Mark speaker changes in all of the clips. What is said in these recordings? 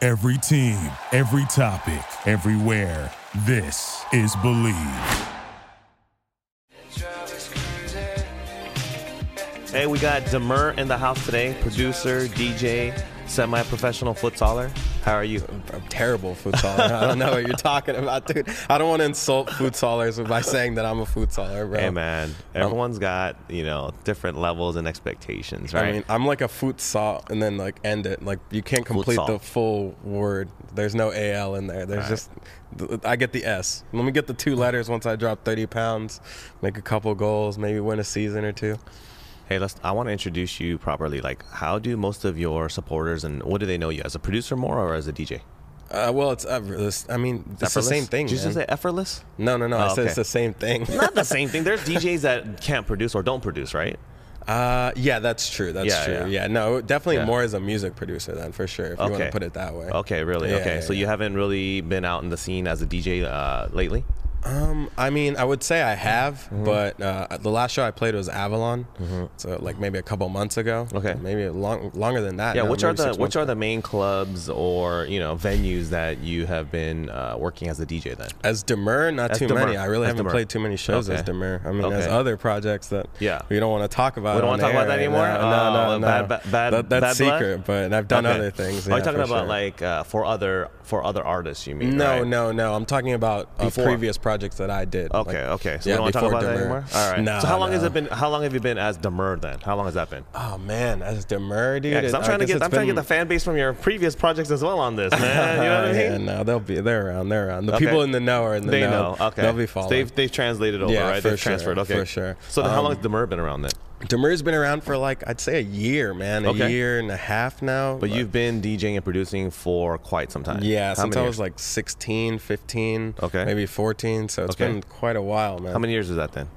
Speaker 1: Every team, every topic, everywhere. This is Believe.
Speaker 2: Hey, we got Demur in the house today. Producer, DJ, semi-professional futsaler. How are you?
Speaker 3: I'm terrible futsaler. I don't know what you're talking about, dude. I don't want to insult futsalers by saying that I'm a futsaler, bro.
Speaker 2: Hey, man. Everyone's got you know different levels and expectations, right?
Speaker 3: I mean, I'm like a futsal and then like end it. Like you can't complete
Speaker 2: Futsal.
Speaker 3: the full word. There's no AL in there. There's just th- I get the S. Let me get the two letters once I drop 30 pounds, make a couple goals, maybe win a season or two.
Speaker 2: hey, let's. I want to introduce you properly. Like, how do most of your supporters and what do they know you as a producer more or as a DJ?
Speaker 3: Uh, well, it's effortless. I mean, it's the
Speaker 2: Effortless?
Speaker 3: same thing.
Speaker 2: Did you just
Speaker 3: man.
Speaker 2: say effortless?
Speaker 3: No, no, no. I
Speaker 2: Oh,
Speaker 3: said it's
Speaker 2: okay.
Speaker 3: the same thing.
Speaker 2: Not the same thing. There's DJs that can't produce or don't produce, right?
Speaker 3: Uh, yeah, that's true. That's
Speaker 2: Yeah,
Speaker 3: true.
Speaker 2: yeah.
Speaker 3: Yeah. no, definitely
Speaker 2: Yeah.
Speaker 3: more as a music producer then for sure. If you want
Speaker 2: Okay.
Speaker 3: to put it that way.
Speaker 2: Okay, really.
Speaker 3: Yeah,
Speaker 2: okay,
Speaker 3: yeah,
Speaker 2: so you
Speaker 3: yeah.
Speaker 2: haven't really been out in the scene as a DJ uh, lately.
Speaker 3: Um, I mean, I would say I have,
Speaker 2: Mm-hmm.
Speaker 3: but uh, the last show I played was Avalon, so like maybe a couple months ago.
Speaker 2: Okay.
Speaker 3: maybe long longer than that.
Speaker 2: Yeah,
Speaker 3: now,
Speaker 2: which are
Speaker 3: maybe
Speaker 2: the
Speaker 3: six
Speaker 2: which
Speaker 3: months.
Speaker 2: are the main clubs or you know venues that you have been uh, working as a DJ then?
Speaker 3: as Demur, not
Speaker 2: As
Speaker 3: too
Speaker 2: Demur,
Speaker 3: many. I really
Speaker 2: as
Speaker 3: haven't
Speaker 2: Demur.
Speaker 3: played too many shows as
Speaker 2: Okay.
Speaker 3: Demur. I mean, as
Speaker 2: Okay.
Speaker 3: other projects that
Speaker 2: Yeah.
Speaker 3: we don't want to talk about.
Speaker 2: We don't
Speaker 3: want
Speaker 2: wanna
Speaker 3: to
Speaker 2: talk about that anymore?
Speaker 3: No, no,
Speaker 2: Oh,
Speaker 3: no.
Speaker 2: bad- ba- bad-
Speaker 3: that, that's
Speaker 2: bad blood?
Speaker 3: secret. But I've done
Speaker 2: Okay.
Speaker 3: other things.
Speaker 2: Are
Speaker 3: yeah,
Speaker 2: you talking
Speaker 3: for
Speaker 2: about
Speaker 3: sure.
Speaker 2: like uh, for other for other artists? You mean?
Speaker 3: No,
Speaker 2: right?
Speaker 3: no, no. I'm talking about uh,
Speaker 2: Before.
Speaker 3: previous projects that I did.
Speaker 2: Okay,
Speaker 3: like-
Speaker 2: okay. So we
Speaker 3: yeah,
Speaker 2: don't want to talk
Speaker 3: before
Speaker 2: about that
Speaker 3: Demur.
Speaker 2: anymore. All right.
Speaker 3: No,
Speaker 2: so how long
Speaker 3: no.
Speaker 2: has it been? How long have you been as Demur then? How long has that been?
Speaker 3: Oh man, as Demur, dude.
Speaker 2: Yeah, 'cause I'm
Speaker 3: I
Speaker 2: trying to
Speaker 3: guess
Speaker 2: get
Speaker 3: it's
Speaker 2: I'm trying to get
Speaker 3: been-
Speaker 2: the fan base from your previous projects as well on this, man. You know what I mean?
Speaker 3: Yeah, no, they'll be they're around, they're around. The
Speaker 2: Okay.
Speaker 3: people in the know are in the
Speaker 2: They
Speaker 3: know.
Speaker 2: know. Okay.
Speaker 3: they'll be
Speaker 2: So
Speaker 3: following.
Speaker 2: They've they've translated over,
Speaker 3: Yeah,
Speaker 2: right?
Speaker 3: for
Speaker 2: They've
Speaker 3: sure,
Speaker 2: transferred. Okay.
Speaker 3: for sure.
Speaker 2: So then how
Speaker 3: Um,
Speaker 2: long has Demur been around then?
Speaker 3: Demur's been around for like I'd say a year, man, a
Speaker 2: Okay.
Speaker 3: year and a half now.
Speaker 2: But you've been DJing and producing for quite some time.
Speaker 3: yeah,
Speaker 2: How
Speaker 3: since
Speaker 2: many
Speaker 3: I
Speaker 2: years?
Speaker 3: was like 16, 15,
Speaker 2: Okay.
Speaker 3: maybe 14. So it's
Speaker 2: Okay.
Speaker 3: been quite a while, man.
Speaker 2: How many years is that then?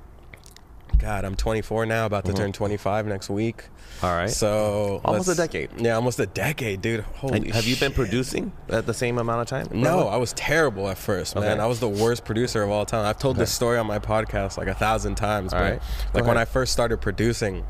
Speaker 3: God, I'm 24 now, about
Speaker 2: Mm-hmm.
Speaker 3: to turn 25 next week.
Speaker 2: All right.
Speaker 3: So
Speaker 2: Almost a
Speaker 3: let's-
Speaker 2: decade.
Speaker 3: Yeah, almost a decade, dude. Holy.
Speaker 2: And have you been
Speaker 3: shit.
Speaker 2: producing at the same amount of time?
Speaker 3: No, I was terrible at first, man.
Speaker 2: Okay.
Speaker 3: I was the worst producer of all time. I've told this story on my podcast like a thousand times, but
Speaker 2: right.
Speaker 3: like
Speaker 2: Go
Speaker 3: when I
Speaker 2: ahead. Mm-hmm.
Speaker 3: first started producing,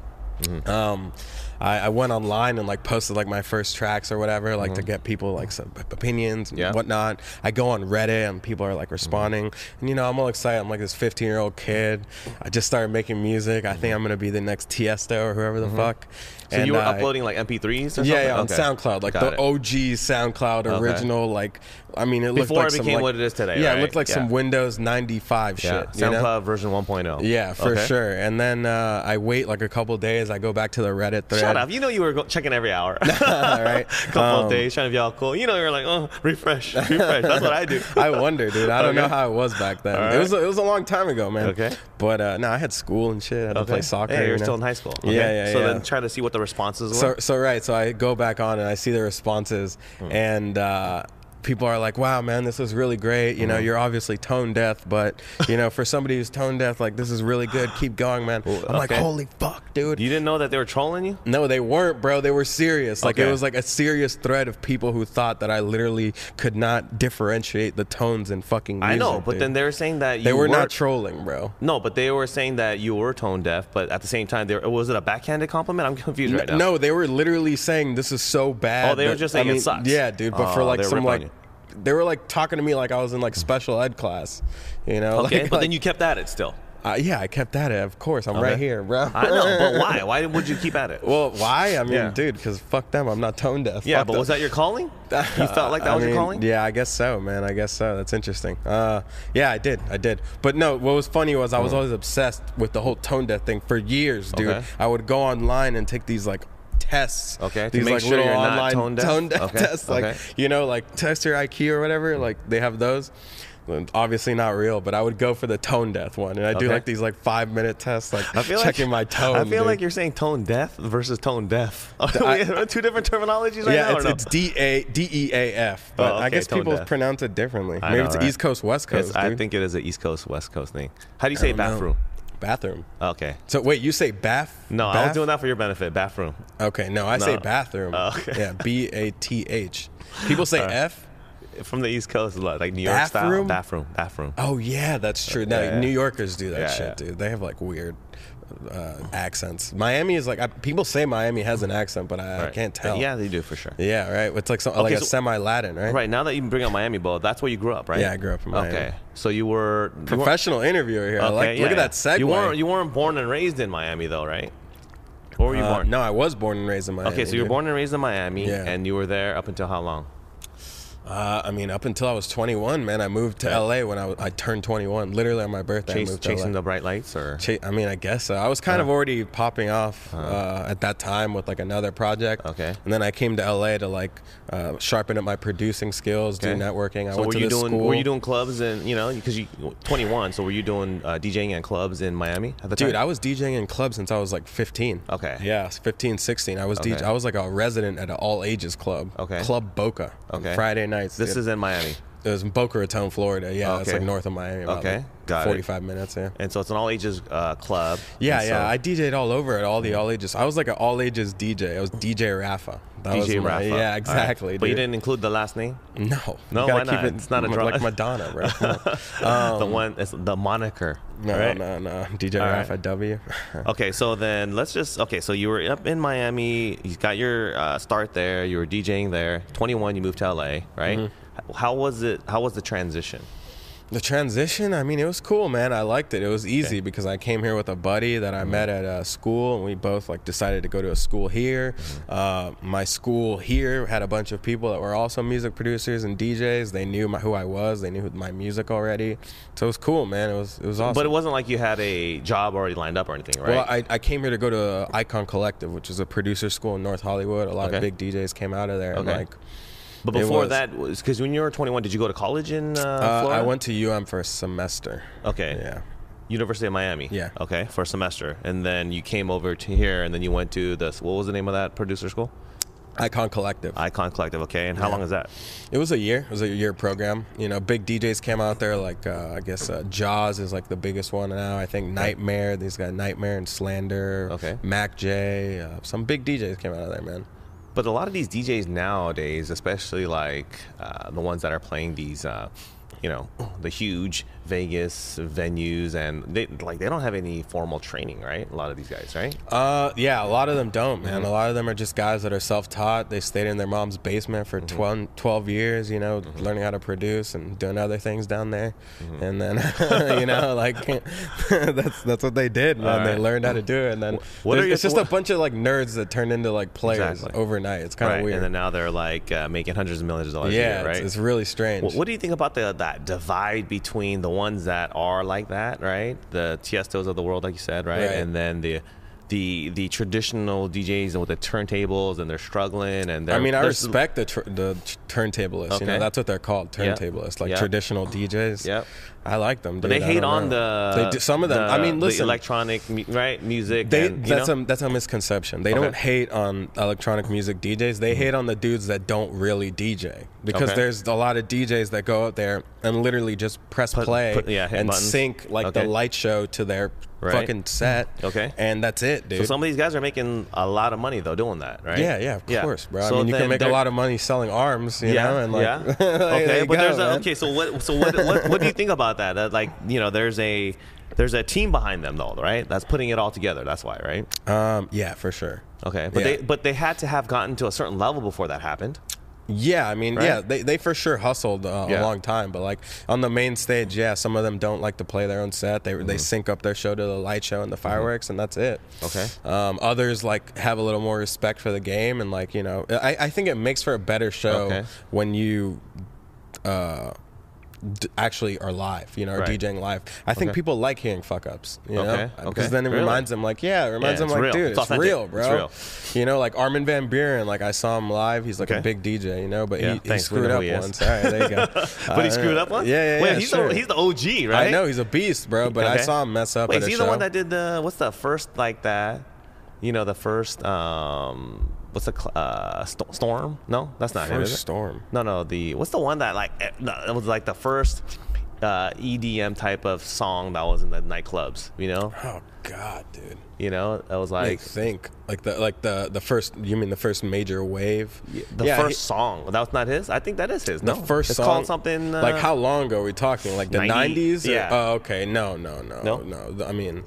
Speaker 3: um, I, I went online and like posted like my first tracks or whatever, like to get people like some p- opinions and
Speaker 2: Mm-hmm. Yeah. Mm-hmm.
Speaker 3: whatnot. I go on Reddit and people are like responding, and you know I'm all excited. I'm like this 15 year old kid. I just started making music. I think I'm gonna be the next Tiesto or whoever the fuck.
Speaker 2: Mm-hmm. So you were
Speaker 3: I-
Speaker 2: uploading like MP3s or something?
Speaker 3: uh, yeah, yeah, on
Speaker 2: Okay.
Speaker 3: SoundCloud, like
Speaker 2: Got
Speaker 3: the
Speaker 2: it.
Speaker 3: OG SoundCloud original. Like, I mean, it looked
Speaker 2: Before
Speaker 3: like
Speaker 2: it
Speaker 3: some,
Speaker 2: became
Speaker 3: like-
Speaker 2: what it is today,
Speaker 3: Yeah,
Speaker 2: right?
Speaker 3: it looked like some
Speaker 2: Yeah.
Speaker 3: Windows ninety five
Speaker 2: Yeah,
Speaker 3: shit. You
Speaker 2: SoundCloud
Speaker 3: know?
Speaker 2: version 1.0.
Speaker 3: Yeah, for
Speaker 2: Okay.
Speaker 3: sure. And then uh, I wait like a couple days. I go back to the Reddit thread.
Speaker 2: Shut up. You know you were go- checking every hour.
Speaker 3: All right.
Speaker 2: Couple
Speaker 3: Um,
Speaker 2: of days trying to be all cool. You know you're like, oh, refresh, refresh. That's what I do.
Speaker 3: I wonder, dude. I don't know
Speaker 2: Okay.
Speaker 3: how it was back then.
Speaker 2: All
Speaker 3: It was
Speaker 2: right.
Speaker 3: it was a long time ago, man.
Speaker 2: Okay.
Speaker 3: But uh, no, I had school and shit. I had to play soccer.
Speaker 2: Hey,
Speaker 3: you
Speaker 2: you're
Speaker 3: know?
Speaker 2: still in high school.
Speaker 3: Yeah, yeah,
Speaker 2: So
Speaker 3: yeah.
Speaker 2: then try to see what Hmm. the responses were.
Speaker 3: So, so right. So I go back on and I see the responses, and uh, people are like, "Wow, man, this is really great. You
Speaker 2: Hmm.
Speaker 3: know, you're obviously tone deaf, but you know, for somebody who's tone deaf, like this is really good. Keep going, man." I'm like,
Speaker 2: okay.
Speaker 3: "Holy fuck, dude!"
Speaker 2: you didn't know that they were trolling you?
Speaker 3: no, they weren't, bro. They were serious. Like
Speaker 2: Okay.
Speaker 3: it was like a serious thread of people who thought that I literally could not differentiate the tones in fucking. Music,
Speaker 2: I know, but
Speaker 3: dude.
Speaker 2: then they were saying that you
Speaker 3: they were not
Speaker 2: weren't-
Speaker 3: trolling, bro.
Speaker 2: No, but they were saying that you were tone deaf, but at the same time, there was it a backhanded compliment? I'm confused right now.
Speaker 3: No, they were literally saying this is so bad.
Speaker 2: Oh, they were
Speaker 3: that-
Speaker 2: just saying
Speaker 3: I
Speaker 2: it
Speaker 3: mean,
Speaker 2: sucks.
Speaker 3: Yeah, dude. But for
Speaker 2: Oh,
Speaker 3: like
Speaker 2: they were
Speaker 3: some
Speaker 2: ripping on
Speaker 3: like, they were like talking to me like I was in like special ed class. You know.
Speaker 2: Okay,
Speaker 3: Like-
Speaker 2: but
Speaker 3: like-
Speaker 2: then you kept at it still.
Speaker 3: Uh, yeah, I kept at it. Of course, I'm right
Speaker 2: Okay.
Speaker 3: here, bro.
Speaker 2: I know, but why? Why would you keep at it?
Speaker 3: Well, why? I mean,
Speaker 2: Yeah.
Speaker 3: dude, because fuck them. I'm not tone deaf.
Speaker 2: yeah,
Speaker 3: Fuck
Speaker 2: but
Speaker 3: them.
Speaker 2: was that your calling? You felt like that
Speaker 3: I
Speaker 2: was
Speaker 3: mean,
Speaker 2: your calling?
Speaker 3: Yeah, I guess so, man. I guess so. That's interesting. Uh, yeah, I did. I did. But no, what was funny was I was always obsessed with the whole tone deaf thing for years, dude.
Speaker 2: Mm-hmm. Okay.
Speaker 3: I would go online and take these like tests.
Speaker 2: Okay, to
Speaker 3: These
Speaker 2: make
Speaker 3: like
Speaker 2: sure
Speaker 3: little
Speaker 2: you're not
Speaker 3: online
Speaker 2: tone deaf? Okay,
Speaker 3: tests, like
Speaker 2: okay.
Speaker 3: you know, like test your IQ or whatever. Like they have those. Obviously not real, but I would go for the tone death one, and I do
Speaker 2: Okay.
Speaker 3: like these like five minute tests, like
Speaker 2: I feel
Speaker 3: checking my
Speaker 2: like,
Speaker 3: tone.
Speaker 2: I feel
Speaker 3: dude. Oh,
Speaker 2: like you're saying tone deaf versus tone deaf. Are
Speaker 3: I-
Speaker 2: we- two different terminologies right
Speaker 3: yeah,
Speaker 2: now? or
Speaker 3: it's,
Speaker 2: no?
Speaker 3: it's D A D E A F, but
Speaker 2: Oh,
Speaker 3: I
Speaker 2: okay,
Speaker 3: guess
Speaker 2: tone
Speaker 3: people
Speaker 2: deaf.
Speaker 3: pronounce it differently.
Speaker 2: I
Speaker 3: Maybe
Speaker 2: know,
Speaker 3: it's
Speaker 2: right?
Speaker 3: East Coast, West
Speaker 2: It's-
Speaker 3: Coast.
Speaker 2: I
Speaker 3: dude.
Speaker 2: think it is an East Coast, West Coast thing. How do you say bathroom?
Speaker 3: Bathroom.
Speaker 2: Okay.
Speaker 3: So wait, you say bath?
Speaker 2: No, I
Speaker 3: bath?
Speaker 2: was doing that for your benefit. Bathroom.
Speaker 3: Okay, no, I say
Speaker 2: No.
Speaker 3: bathroom.
Speaker 2: Oh, okay.
Speaker 3: Yeah, B A T H. People say F.
Speaker 2: From the East Coast, like like New York style.
Speaker 3: Bathroom?
Speaker 2: Bathroom. Bathroom.
Speaker 3: Oh yeah, that's true. Now
Speaker 2: Yeah, yeah.
Speaker 3: New Yorkers do that
Speaker 2: Yeah,
Speaker 3: shit,
Speaker 2: yeah.
Speaker 3: dude. They have like weird uh, accents. Miami is like I, people say Miami has an accent, but I, I
Speaker 2: Right.
Speaker 3: can't tell.
Speaker 2: Yeah, they do for sure.
Speaker 3: yeah, right. It's like some, like a
Speaker 2: so-
Speaker 3: semi Latin, right?
Speaker 2: Right now that you bring up Miami, Bo, that's where you grew up, right?
Speaker 3: Yeah, I grew up in Miami.
Speaker 2: Okay, so you were you weren't-
Speaker 3: Professional interviewer here. I
Speaker 2: okay,
Speaker 3: like,
Speaker 2: yeah,
Speaker 3: look at
Speaker 2: yeah.
Speaker 3: that segue.
Speaker 2: You weren't you weren't born and raised in Miami though, right? Or were you
Speaker 3: Uh,
Speaker 2: born?
Speaker 3: no, I was born and raised in Miami.
Speaker 2: Okay, so you were
Speaker 3: dude.
Speaker 2: born and raised in Miami,
Speaker 3: Yeah.
Speaker 2: and you were there up until how long?
Speaker 3: Uh, I mean, up until I was 21, man, I moved to LA when I, was, I turned 21. Literally on my birthday, I
Speaker 2: Chase,
Speaker 3: moved to
Speaker 2: chasing
Speaker 3: LA.
Speaker 2: the bright lights, or
Speaker 3: Cha- I mean, I guess so. I was kind of already popping off uh, at that time with like another project.
Speaker 2: Uh-huh. Okay.
Speaker 3: And then I came to LA to like uh, sharpen up my producing skills,
Speaker 2: Okay.
Speaker 3: do networking. I
Speaker 2: so
Speaker 3: went
Speaker 2: were
Speaker 3: to
Speaker 2: you
Speaker 3: this
Speaker 2: doing
Speaker 3: school.
Speaker 2: were you doing clubs and you know because you 21, so were you doing uh, DJing at clubs in Miami at the
Speaker 3: Dude, I
Speaker 2: time?
Speaker 3: was DJing in clubs since I was like 15.
Speaker 2: Okay.
Speaker 3: Yeah, I was 15, 16. I was DJ,
Speaker 2: Okay.
Speaker 3: I was like a resident at an all ages club.
Speaker 2: Okay.
Speaker 3: Club Boca. on
Speaker 2: Okay.
Speaker 3: Friday nights.
Speaker 2: This
Speaker 3: dude.
Speaker 2: is in Miami,
Speaker 3: It was in Boca Raton, Florida. Yeah, it's
Speaker 2: Okay.
Speaker 3: like north of Miami. About
Speaker 2: Okay,
Speaker 3: like
Speaker 2: got it.
Speaker 3: 45 minutes. Yeah.
Speaker 2: and so it's an all ages uh, club.
Speaker 3: Yeah,
Speaker 2: And so-
Speaker 3: yeah. I DJ'd all over at all the all ages. I was like an all ages DJ. I was DJ Rafa. That was
Speaker 2: DJ
Speaker 3: my-
Speaker 2: Rafa. All
Speaker 3: Yeah,
Speaker 2: right.
Speaker 3: exactly.
Speaker 2: But you
Speaker 3: dude.
Speaker 2: didn't include the last name,
Speaker 3: No.
Speaker 2: No,
Speaker 3: You gotta
Speaker 2: why not? It's not a
Speaker 3: m-
Speaker 2: drug.
Speaker 3: Like Madonna, bro.
Speaker 2: the one, it's the moniker.
Speaker 3: Um, no,
Speaker 2: right?
Speaker 3: no, no. DJ
Speaker 2: All right.
Speaker 3: Rafa W.
Speaker 2: Okay, so then let's just okay. So you were up in Miami. You got your uh, start there. You were DJing there. 21, you moved to LA, right?
Speaker 3: Mm-hmm.
Speaker 2: How was it? How was the transition?
Speaker 3: The transition, I mean, it was cool, man. I liked it. It was easy because I came here with a buddy that I met at a school, and we both like decided to go to a school here.
Speaker 2: Mm-hmm.
Speaker 3: Uh, my school here had a bunch of people that were also music producers and DJs. They knew my, who I was. They knew my music already, so it was cool, man. It was it was awesome.
Speaker 2: But it wasn't like you had a job already lined up or anything, right?
Speaker 3: Well, I, I came here to go to Icon Collective, which is a producer school in North Hollywood. A lot
Speaker 2: Okay.
Speaker 3: of big DJs came out of there. And,
Speaker 2: Okay.
Speaker 3: like,
Speaker 2: but
Speaker 3: it
Speaker 2: before
Speaker 3: was.
Speaker 2: that, was because when you were 21, did you go to college in uh,
Speaker 3: uh,
Speaker 2: Florida?
Speaker 3: I went to UM for a semester.
Speaker 2: Okay.
Speaker 3: Yeah.
Speaker 2: University of Miami.
Speaker 3: Yeah.
Speaker 2: Okay, for a semester, and then you came over to here, and then you went to this. What was the name of that producer school?
Speaker 3: Icon Collective.
Speaker 2: Icon Collective. Okay, and how long is that?
Speaker 3: It was a year. It was a year program. You know, big DJs came out there. Like uh, I guess uh, Jaws is like the biggest one now. I think Nightmare. These got Nightmare and Slander.
Speaker 2: Okay.
Speaker 3: Mac J. Uh, some big DJs came out of there, man.
Speaker 2: But a lot of these DJs nowadays, especially like uh, the ones that are playing these, uh, you know, the huge Vegas venues, and they like they don't have any formal training, right? A lot of these guys, right?
Speaker 3: Uh, yeah, a lot of them don't,
Speaker 2: Mm-hmm.
Speaker 3: man. A lot of them are just guys that are self-taught. They stayed in their mom's basement
Speaker 2: Mm-hmm.
Speaker 3: for 12, 12 years, you know, learning how to produce and doing other things down there.
Speaker 2: Mm-hmm.
Speaker 3: And then, you know, like that's that's what they did, man. They
Speaker 2: right.
Speaker 3: learned how to do it. And then
Speaker 2: what are
Speaker 3: there's-
Speaker 2: your-
Speaker 3: it's just
Speaker 2: what-
Speaker 3: a bunch of like nerds that turned into like players
Speaker 2: Exactly.
Speaker 3: overnight. It's kind of
Speaker 2: right.
Speaker 3: weird.
Speaker 2: And then now they're like uh, making hundreds of millions of dollars. a
Speaker 3: yeah,
Speaker 2: year, right.
Speaker 3: it's, it's really strange.
Speaker 2: Wh- what do you think about the, that divide between the ones that are like that, right? The Tiestos of the world, like you said, right?
Speaker 3: Right.
Speaker 2: And then the the the traditional DJs with the turntables and they're struggling and they're
Speaker 3: I mean, I
Speaker 2: there's-
Speaker 3: respect the tr- the t- turntablists. You
Speaker 2: Okay.
Speaker 3: know, that's what they're called,
Speaker 2: Yeah.
Speaker 3: turntablists, like
Speaker 2: Yeah.
Speaker 3: traditional DJs.
Speaker 2: Yep.
Speaker 3: I like them. Dude.
Speaker 2: But they
Speaker 3: I
Speaker 2: hate
Speaker 3: don't
Speaker 2: on
Speaker 3: know.
Speaker 2: the
Speaker 3: They do, some of them. I
Speaker 2: the-
Speaker 3: mean,
Speaker 2: the
Speaker 3: listen,
Speaker 2: electronic mu- right music.
Speaker 3: They,
Speaker 2: and, you
Speaker 3: that's
Speaker 2: know?
Speaker 3: a that's a misconception. They don't hate on electronic music DJs. They hate on the dudes that don't really DJ because
Speaker 2: Mm-hmm. Okay.
Speaker 3: there's a lot of DJs that go out there and literally just press play
Speaker 2: put- yeah, hit
Speaker 3: and
Speaker 2: buttons.
Speaker 3: sync like
Speaker 2: Okay.
Speaker 3: the light show to their
Speaker 2: Right.
Speaker 3: fucking set.
Speaker 2: Okay.
Speaker 3: and that's it, dude.
Speaker 2: so some of these guys are making a lot of money though doing that, right?
Speaker 3: yeah, yeah, of course, bro. I
Speaker 2: So
Speaker 3: mean, you
Speaker 2: then
Speaker 3: can make a
Speaker 2: there-
Speaker 3: lot of money selling arms, you
Speaker 2: yeah,
Speaker 3: know, and like,
Speaker 2: yeah.
Speaker 3: like, there
Speaker 2: okay,
Speaker 3: you
Speaker 2: but
Speaker 3: go,
Speaker 2: there's a,
Speaker 3: man.
Speaker 2: okay. So what? So what, what? What do you think about that? That like you know, there's a there's a team behind them though, right? That's putting it all together. That's why, right?
Speaker 3: Um, yeah, for sure.
Speaker 2: Okay, but
Speaker 3: Yeah.
Speaker 2: they but they had to have gotten to a certain level before that happened.
Speaker 3: Yeah, I mean,
Speaker 2: Right?
Speaker 3: yeah, they, they for sure hustled uh,
Speaker 2: Yeah.
Speaker 3: a long time, but like on the main stage, yeah, some of them don't like to play their own set. They
Speaker 2: Mm-hmm.
Speaker 3: they sync up their show to the light show and the fireworks, and that's it.
Speaker 2: Okay.
Speaker 3: Um, others like have a little more respect for the game, and like you know, I, I think it makes for a better show
Speaker 2: Okay.
Speaker 3: when you. Uh, d- actually are live you know are
Speaker 2: Right.
Speaker 3: djing live i think
Speaker 2: Okay.
Speaker 3: people like hearing fuck ups you know Uh,
Speaker 2: Okay, okay.
Speaker 3: because then it
Speaker 2: Really?
Speaker 3: reminds them like yeah it reminds
Speaker 2: Yeah,
Speaker 3: them
Speaker 2: it's
Speaker 3: like
Speaker 2: real.
Speaker 3: dude
Speaker 2: It's
Speaker 3: it's,
Speaker 2: authentic.
Speaker 3: real
Speaker 2: It's
Speaker 3: bro
Speaker 2: real.
Speaker 3: you know, like Armin Van Buren, like I saw him live. He's like
Speaker 2: Okay.
Speaker 3: a big DJ, you know, but
Speaker 2: Yeah,
Speaker 3: he, he
Speaker 2: thanks. We
Speaker 3: screwed
Speaker 2: know
Speaker 3: up
Speaker 2: who he is.
Speaker 3: once. All right, there you go.
Speaker 2: But he screwed up once.
Speaker 3: Uh, Yeah, yeah,
Speaker 2: Wait,
Speaker 3: yeah,
Speaker 2: he's
Speaker 3: sure.
Speaker 2: the he's the OG, right?
Speaker 3: I know he's a beast, bro. But I
Speaker 2: Okay.
Speaker 3: saw him mess up.
Speaker 2: Wait,
Speaker 3: at
Speaker 2: is
Speaker 3: a
Speaker 2: he
Speaker 3: show.
Speaker 2: the one that did the what's the first like that? You know, the first um, what's the cl- uh, st- storm? No, that's not him.
Speaker 3: First
Speaker 2: is it?
Speaker 3: Storm?
Speaker 2: No, no, the what's the one that like eh, no, it was like the first uh, EDM type of song that was in the nightclubs. You know,
Speaker 3: Oh God, dude.
Speaker 2: you know, it was
Speaker 3: I
Speaker 2: like
Speaker 3: think like the like the the first. You mean the first major wave?
Speaker 2: the
Speaker 3: Yeah,
Speaker 2: first song. That was not his. I think that is his.
Speaker 3: he-
Speaker 2: No,
Speaker 3: the first
Speaker 2: it's
Speaker 3: song.
Speaker 2: called something uh,
Speaker 3: like how long ago are we talking? Like the
Speaker 2: 90s?
Speaker 3: nineties?
Speaker 2: Yeah.
Speaker 3: Oh, okay. No, no, no,
Speaker 2: No?
Speaker 3: no. I mean,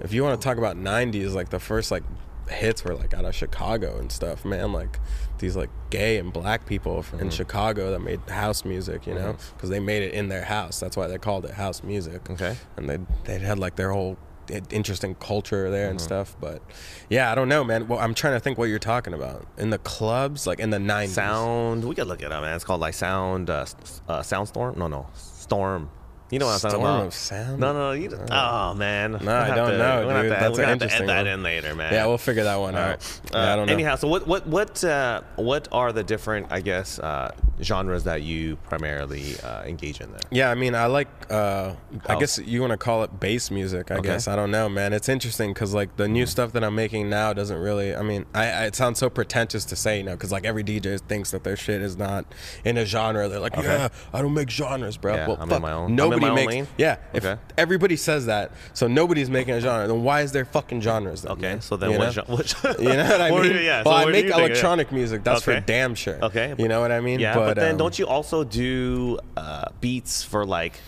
Speaker 3: if you want to talk about 90s like the first like hits were like out of chicago and stuff man like these like gay and black people
Speaker 2: Mm-hmm.
Speaker 3: from, in chicago that made house music you know because they made it in their house that's why they called it house music
Speaker 2: Okay.
Speaker 3: and they they had like their whole i- interesting culture there
Speaker 2: Mm-hmm.
Speaker 3: and stuff but yeah i don't know man well i'm trying to think what you're talking about in the clubs like in the 90s
Speaker 2: Sound. We could look it up, man. It's called like Sound uh, s- uh, Soundstorm. No, no, Storm. You know what I'm talking
Speaker 3: Storm
Speaker 2: about?
Speaker 3: of Sound? Uh,
Speaker 2: No, no, you. Oh man.
Speaker 3: I don't
Speaker 2: We're gonna
Speaker 3: know, dude.
Speaker 2: have to,
Speaker 3: That's
Speaker 2: we're gonna
Speaker 3: an
Speaker 2: have to
Speaker 3: interesting
Speaker 2: add that
Speaker 3: one.
Speaker 2: in later, man.
Speaker 3: yeah we'll figure that one
Speaker 2: All
Speaker 3: out
Speaker 2: right.
Speaker 3: Yeah,
Speaker 2: Uh,
Speaker 3: i don't know
Speaker 2: Anyhow, so what what what uh, what are the different, I guess, uh, genres that you primarily uh, engage in there?
Speaker 3: Yeah, I mean, I like. Uh, I
Speaker 2: House.
Speaker 3: guess you want to call it bass music. I
Speaker 2: Okay. Hmm.
Speaker 3: guess I don't know, man. It's interesting because like the new stuff that I'm making now doesn't really. I mean, I, I it sounds so pretentious to say, you know, because like every DJ thinks that their shit is not in a genre. They're like, yeah, I don't make genres, bro.
Speaker 2: Yeah,
Speaker 3: well,
Speaker 2: I'm in
Speaker 3: fuck,
Speaker 2: my own- I'm in
Speaker 3: Nobody
Speaker 2: my own
Speaker 3: makes.
Speaker 2: lane?
Speaker 3: Yeah, if
Speaker 2: Okay.
Speaker 3: everybody says that, so nobody's making a genre. Then why is there fucking genres? Then,
Speaker 2: Okay,
Speaker 3: man?
Speaker 2: so then
Speaker 3: You
Speaker 2: what?
Speaker 3: know?
Speaker 2: gen- what gen-
Speaker 3: You know what I
Speaker 2: What do
Speaker 3: mean?
Speaker 2: you- yeah, so
Speaker 3: well, I
Speaker 2: what do
Speaker 3: make
Speaker 2: you think of it?
Speaker 3: electronic music. That's for
Speaker 2: Okay.
Speaker 3: damn sure.
Speaker 2: Okay.
Speaker 3: You know what I mean?
Speaker 2: Yeah, but, then
Speaker 3: um,
Speaker 2: don't you also do uh, beats for like,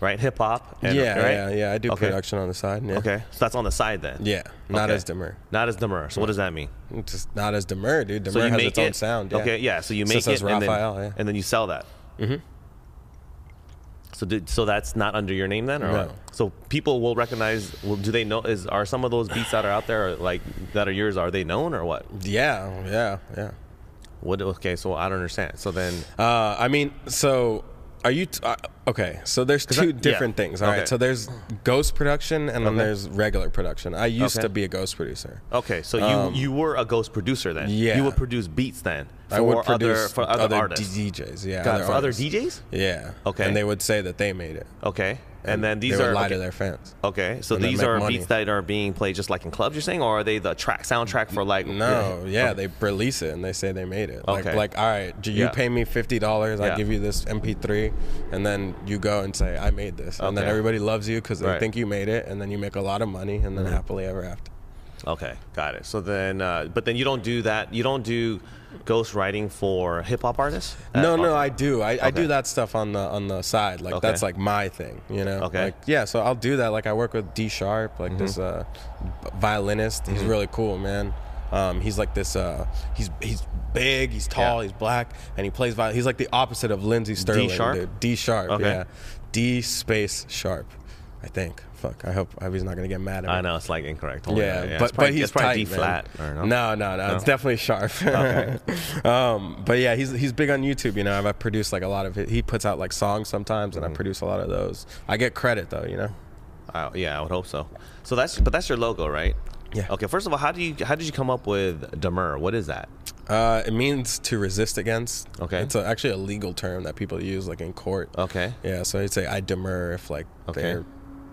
Speaker 2: right, hip hop? and-
Speaker 3: Yeah,
Speaker 2: right?
Speaker 3: yeah, yeah. I do
Speaker 2: Okay.
Speaker 3: production on the side. Yeah.
Speaker 2: Okay, so that's on the side then.
Speaker 3: Yeah, not
Speaker 2: Okay.
Speaker 3: as demure.
Speaker 2: Not as demure. So what does that mean?
Speaker 3: It's just not as demure, dude. Demure
Speaker 2: So you
Speaker 3: has
Speaker 2: make
Speaker 3: its
Speaker 2: it,
Speaker 3: own sound. Yeah.
Speaker 2: Okay, yeah. So you
Speaker 3: It
Speaker 2: make
Speaker 3: just says
Speaker 2: it, and then,
Speaker 3: Raphael, yeah.
Speaker 2: and then you sell that. Mm-hmm. So did, so that's not under your name then, or
Speaker 3: No.
Speaker 2: what? so people will recognize. Well, do they know? Is are some of those beats that are out there, like that are yours? Are they known or what?
Speaker 3: Yeah, yeah, yeah.
Speaker 2: What? Okay, so I don't understand. So then,
Speaker 3: Uh, I mean, so are you? T- uh, okay, so there's two
Speaker 2: I- yeah.
Speaker 3: different things. All right,
Speaker 2: Okay.
Speaker 3: so there's ghost production and then
Speaker 2: Okay.
Speaker 3: there's regular production. I used
Speaker 2: Okay.
Speaker 3: to be a ghost producer.
Speaker 2: okay, so you you were a ghost producer then.
Speaker 3: Um, yeah.
Speaker 2: you would produce beats then for
Speaker 3: I would
Speaker 2: other
Speaker 3: produce
Speaker 2: for other, artists.
Speaker 3: DJs. Yeah,
Speaker 2: God, for other
Speaker 3: artists.
Speaker 2: DJs.
Speaker 3: Yeah.
Speaker 2: Okay.
Speaker 3: And they would say that they made it.
Speaker 2: Okay, and, then these
Speaker 3: they would
Speaker 2: are
Speaker 3: lie
Speaker 2: okay.
Speaker 3: to their fans.
Speaker 2: Okay, so
Speaker 3: and then
Speaker 2: these
Speaker 3: make
Speaker 2: are
Speaker 3: money.
Speaker 2: beats that are being played just like in clubs. You're saying, or are they the track soundtrack for like?
Speaker 3: No, yeah, they release it and they say they made it. Like,
Speaker 2: Oh, Okay.
Speaker 3: like all right, do you
Speaker 2: Yeah.
Speaker 3: pay me fifty dollars? I
Speaker 2: Yeah.
Speaker 3: give you this MP3, and then you go and say I made this, and then
Speaker 2: Okay.
Speaker 3: everybody loves you because they
Speaker 2: Right. Mm-hmm.
Speaker 3: think you made it, and then you make a lot of money, and then happily ever after.
Speaker 2: Okay, got it. So then, uh, but then you don't do that. You don't do ghost writing for hip hop artists. That-
Speaker 3: no, no,
Speaker 2: okay.
Speaker 3: I do. I, I
Speaker 2: Okay.
Speaker 3: do that stuff on the on the side. Like
Speaker 2: Okay.
Speaker 3: that's like my thing, you know.
Speaker 2: Okay.
Speaker 3: Like, yeah, so I'll do that. Like I work with D Sharp, like this uh,
Speaker 2: Mm-hmm.
Speaker 3: b- violinist. He's really cool, man. Um, he's like this. Uh, he's he's big. He's tall.
Speaker 2: Yeah.
Speaker 3: He's black, and he plays violin. He's like the opposite of Lindsey Sterling.
Speaker 2: Sharp?
Speaker 3: dude. D Sharp.
Speaker 2: Okay.
Speaker 3: Yeah. D space Sharp, I think. Fuck. I hope I hope he's not gonna get mad at me.
Speaker 2: I know it's like incorrect. Don't worry
Speaker 3: Yeah,
Speaker 2: about it.
Speaker 3: but
Speaker 2: it's probably,
Speaker 3: but he's
Speaker 2: it's probably D
Speaker 3: tight, man.
Speaker 2: flat. or no?
Speaker 3: No, no, no, It's definitely sharp. um, but yeah, he's he's big on YouTube. You know, I've- I produced like a lot of. His, he puts out like songs sometimes,
Speaker 2: Mm-hmm.
Speaker 3: and I produce a lot of those. I get credit though, you know.
Speaker 2: Uh, yeah, I would hope so. So that's but that's your logo, right?
Speaker 3: Yeah.
Speaker 2: Okay. First of all, how do you how did you come up with demur? What is that?
Speaker 3: Uh, it means to resist against.
Speaker 2: Okay.
Speaker 3: It's a, actually a legal term that people use like in court.
Speaker 2: Okay.
Speaker 3: Yeah, so you'd say I demur if like
Speaker 2: Okay.
Speaker 3: they're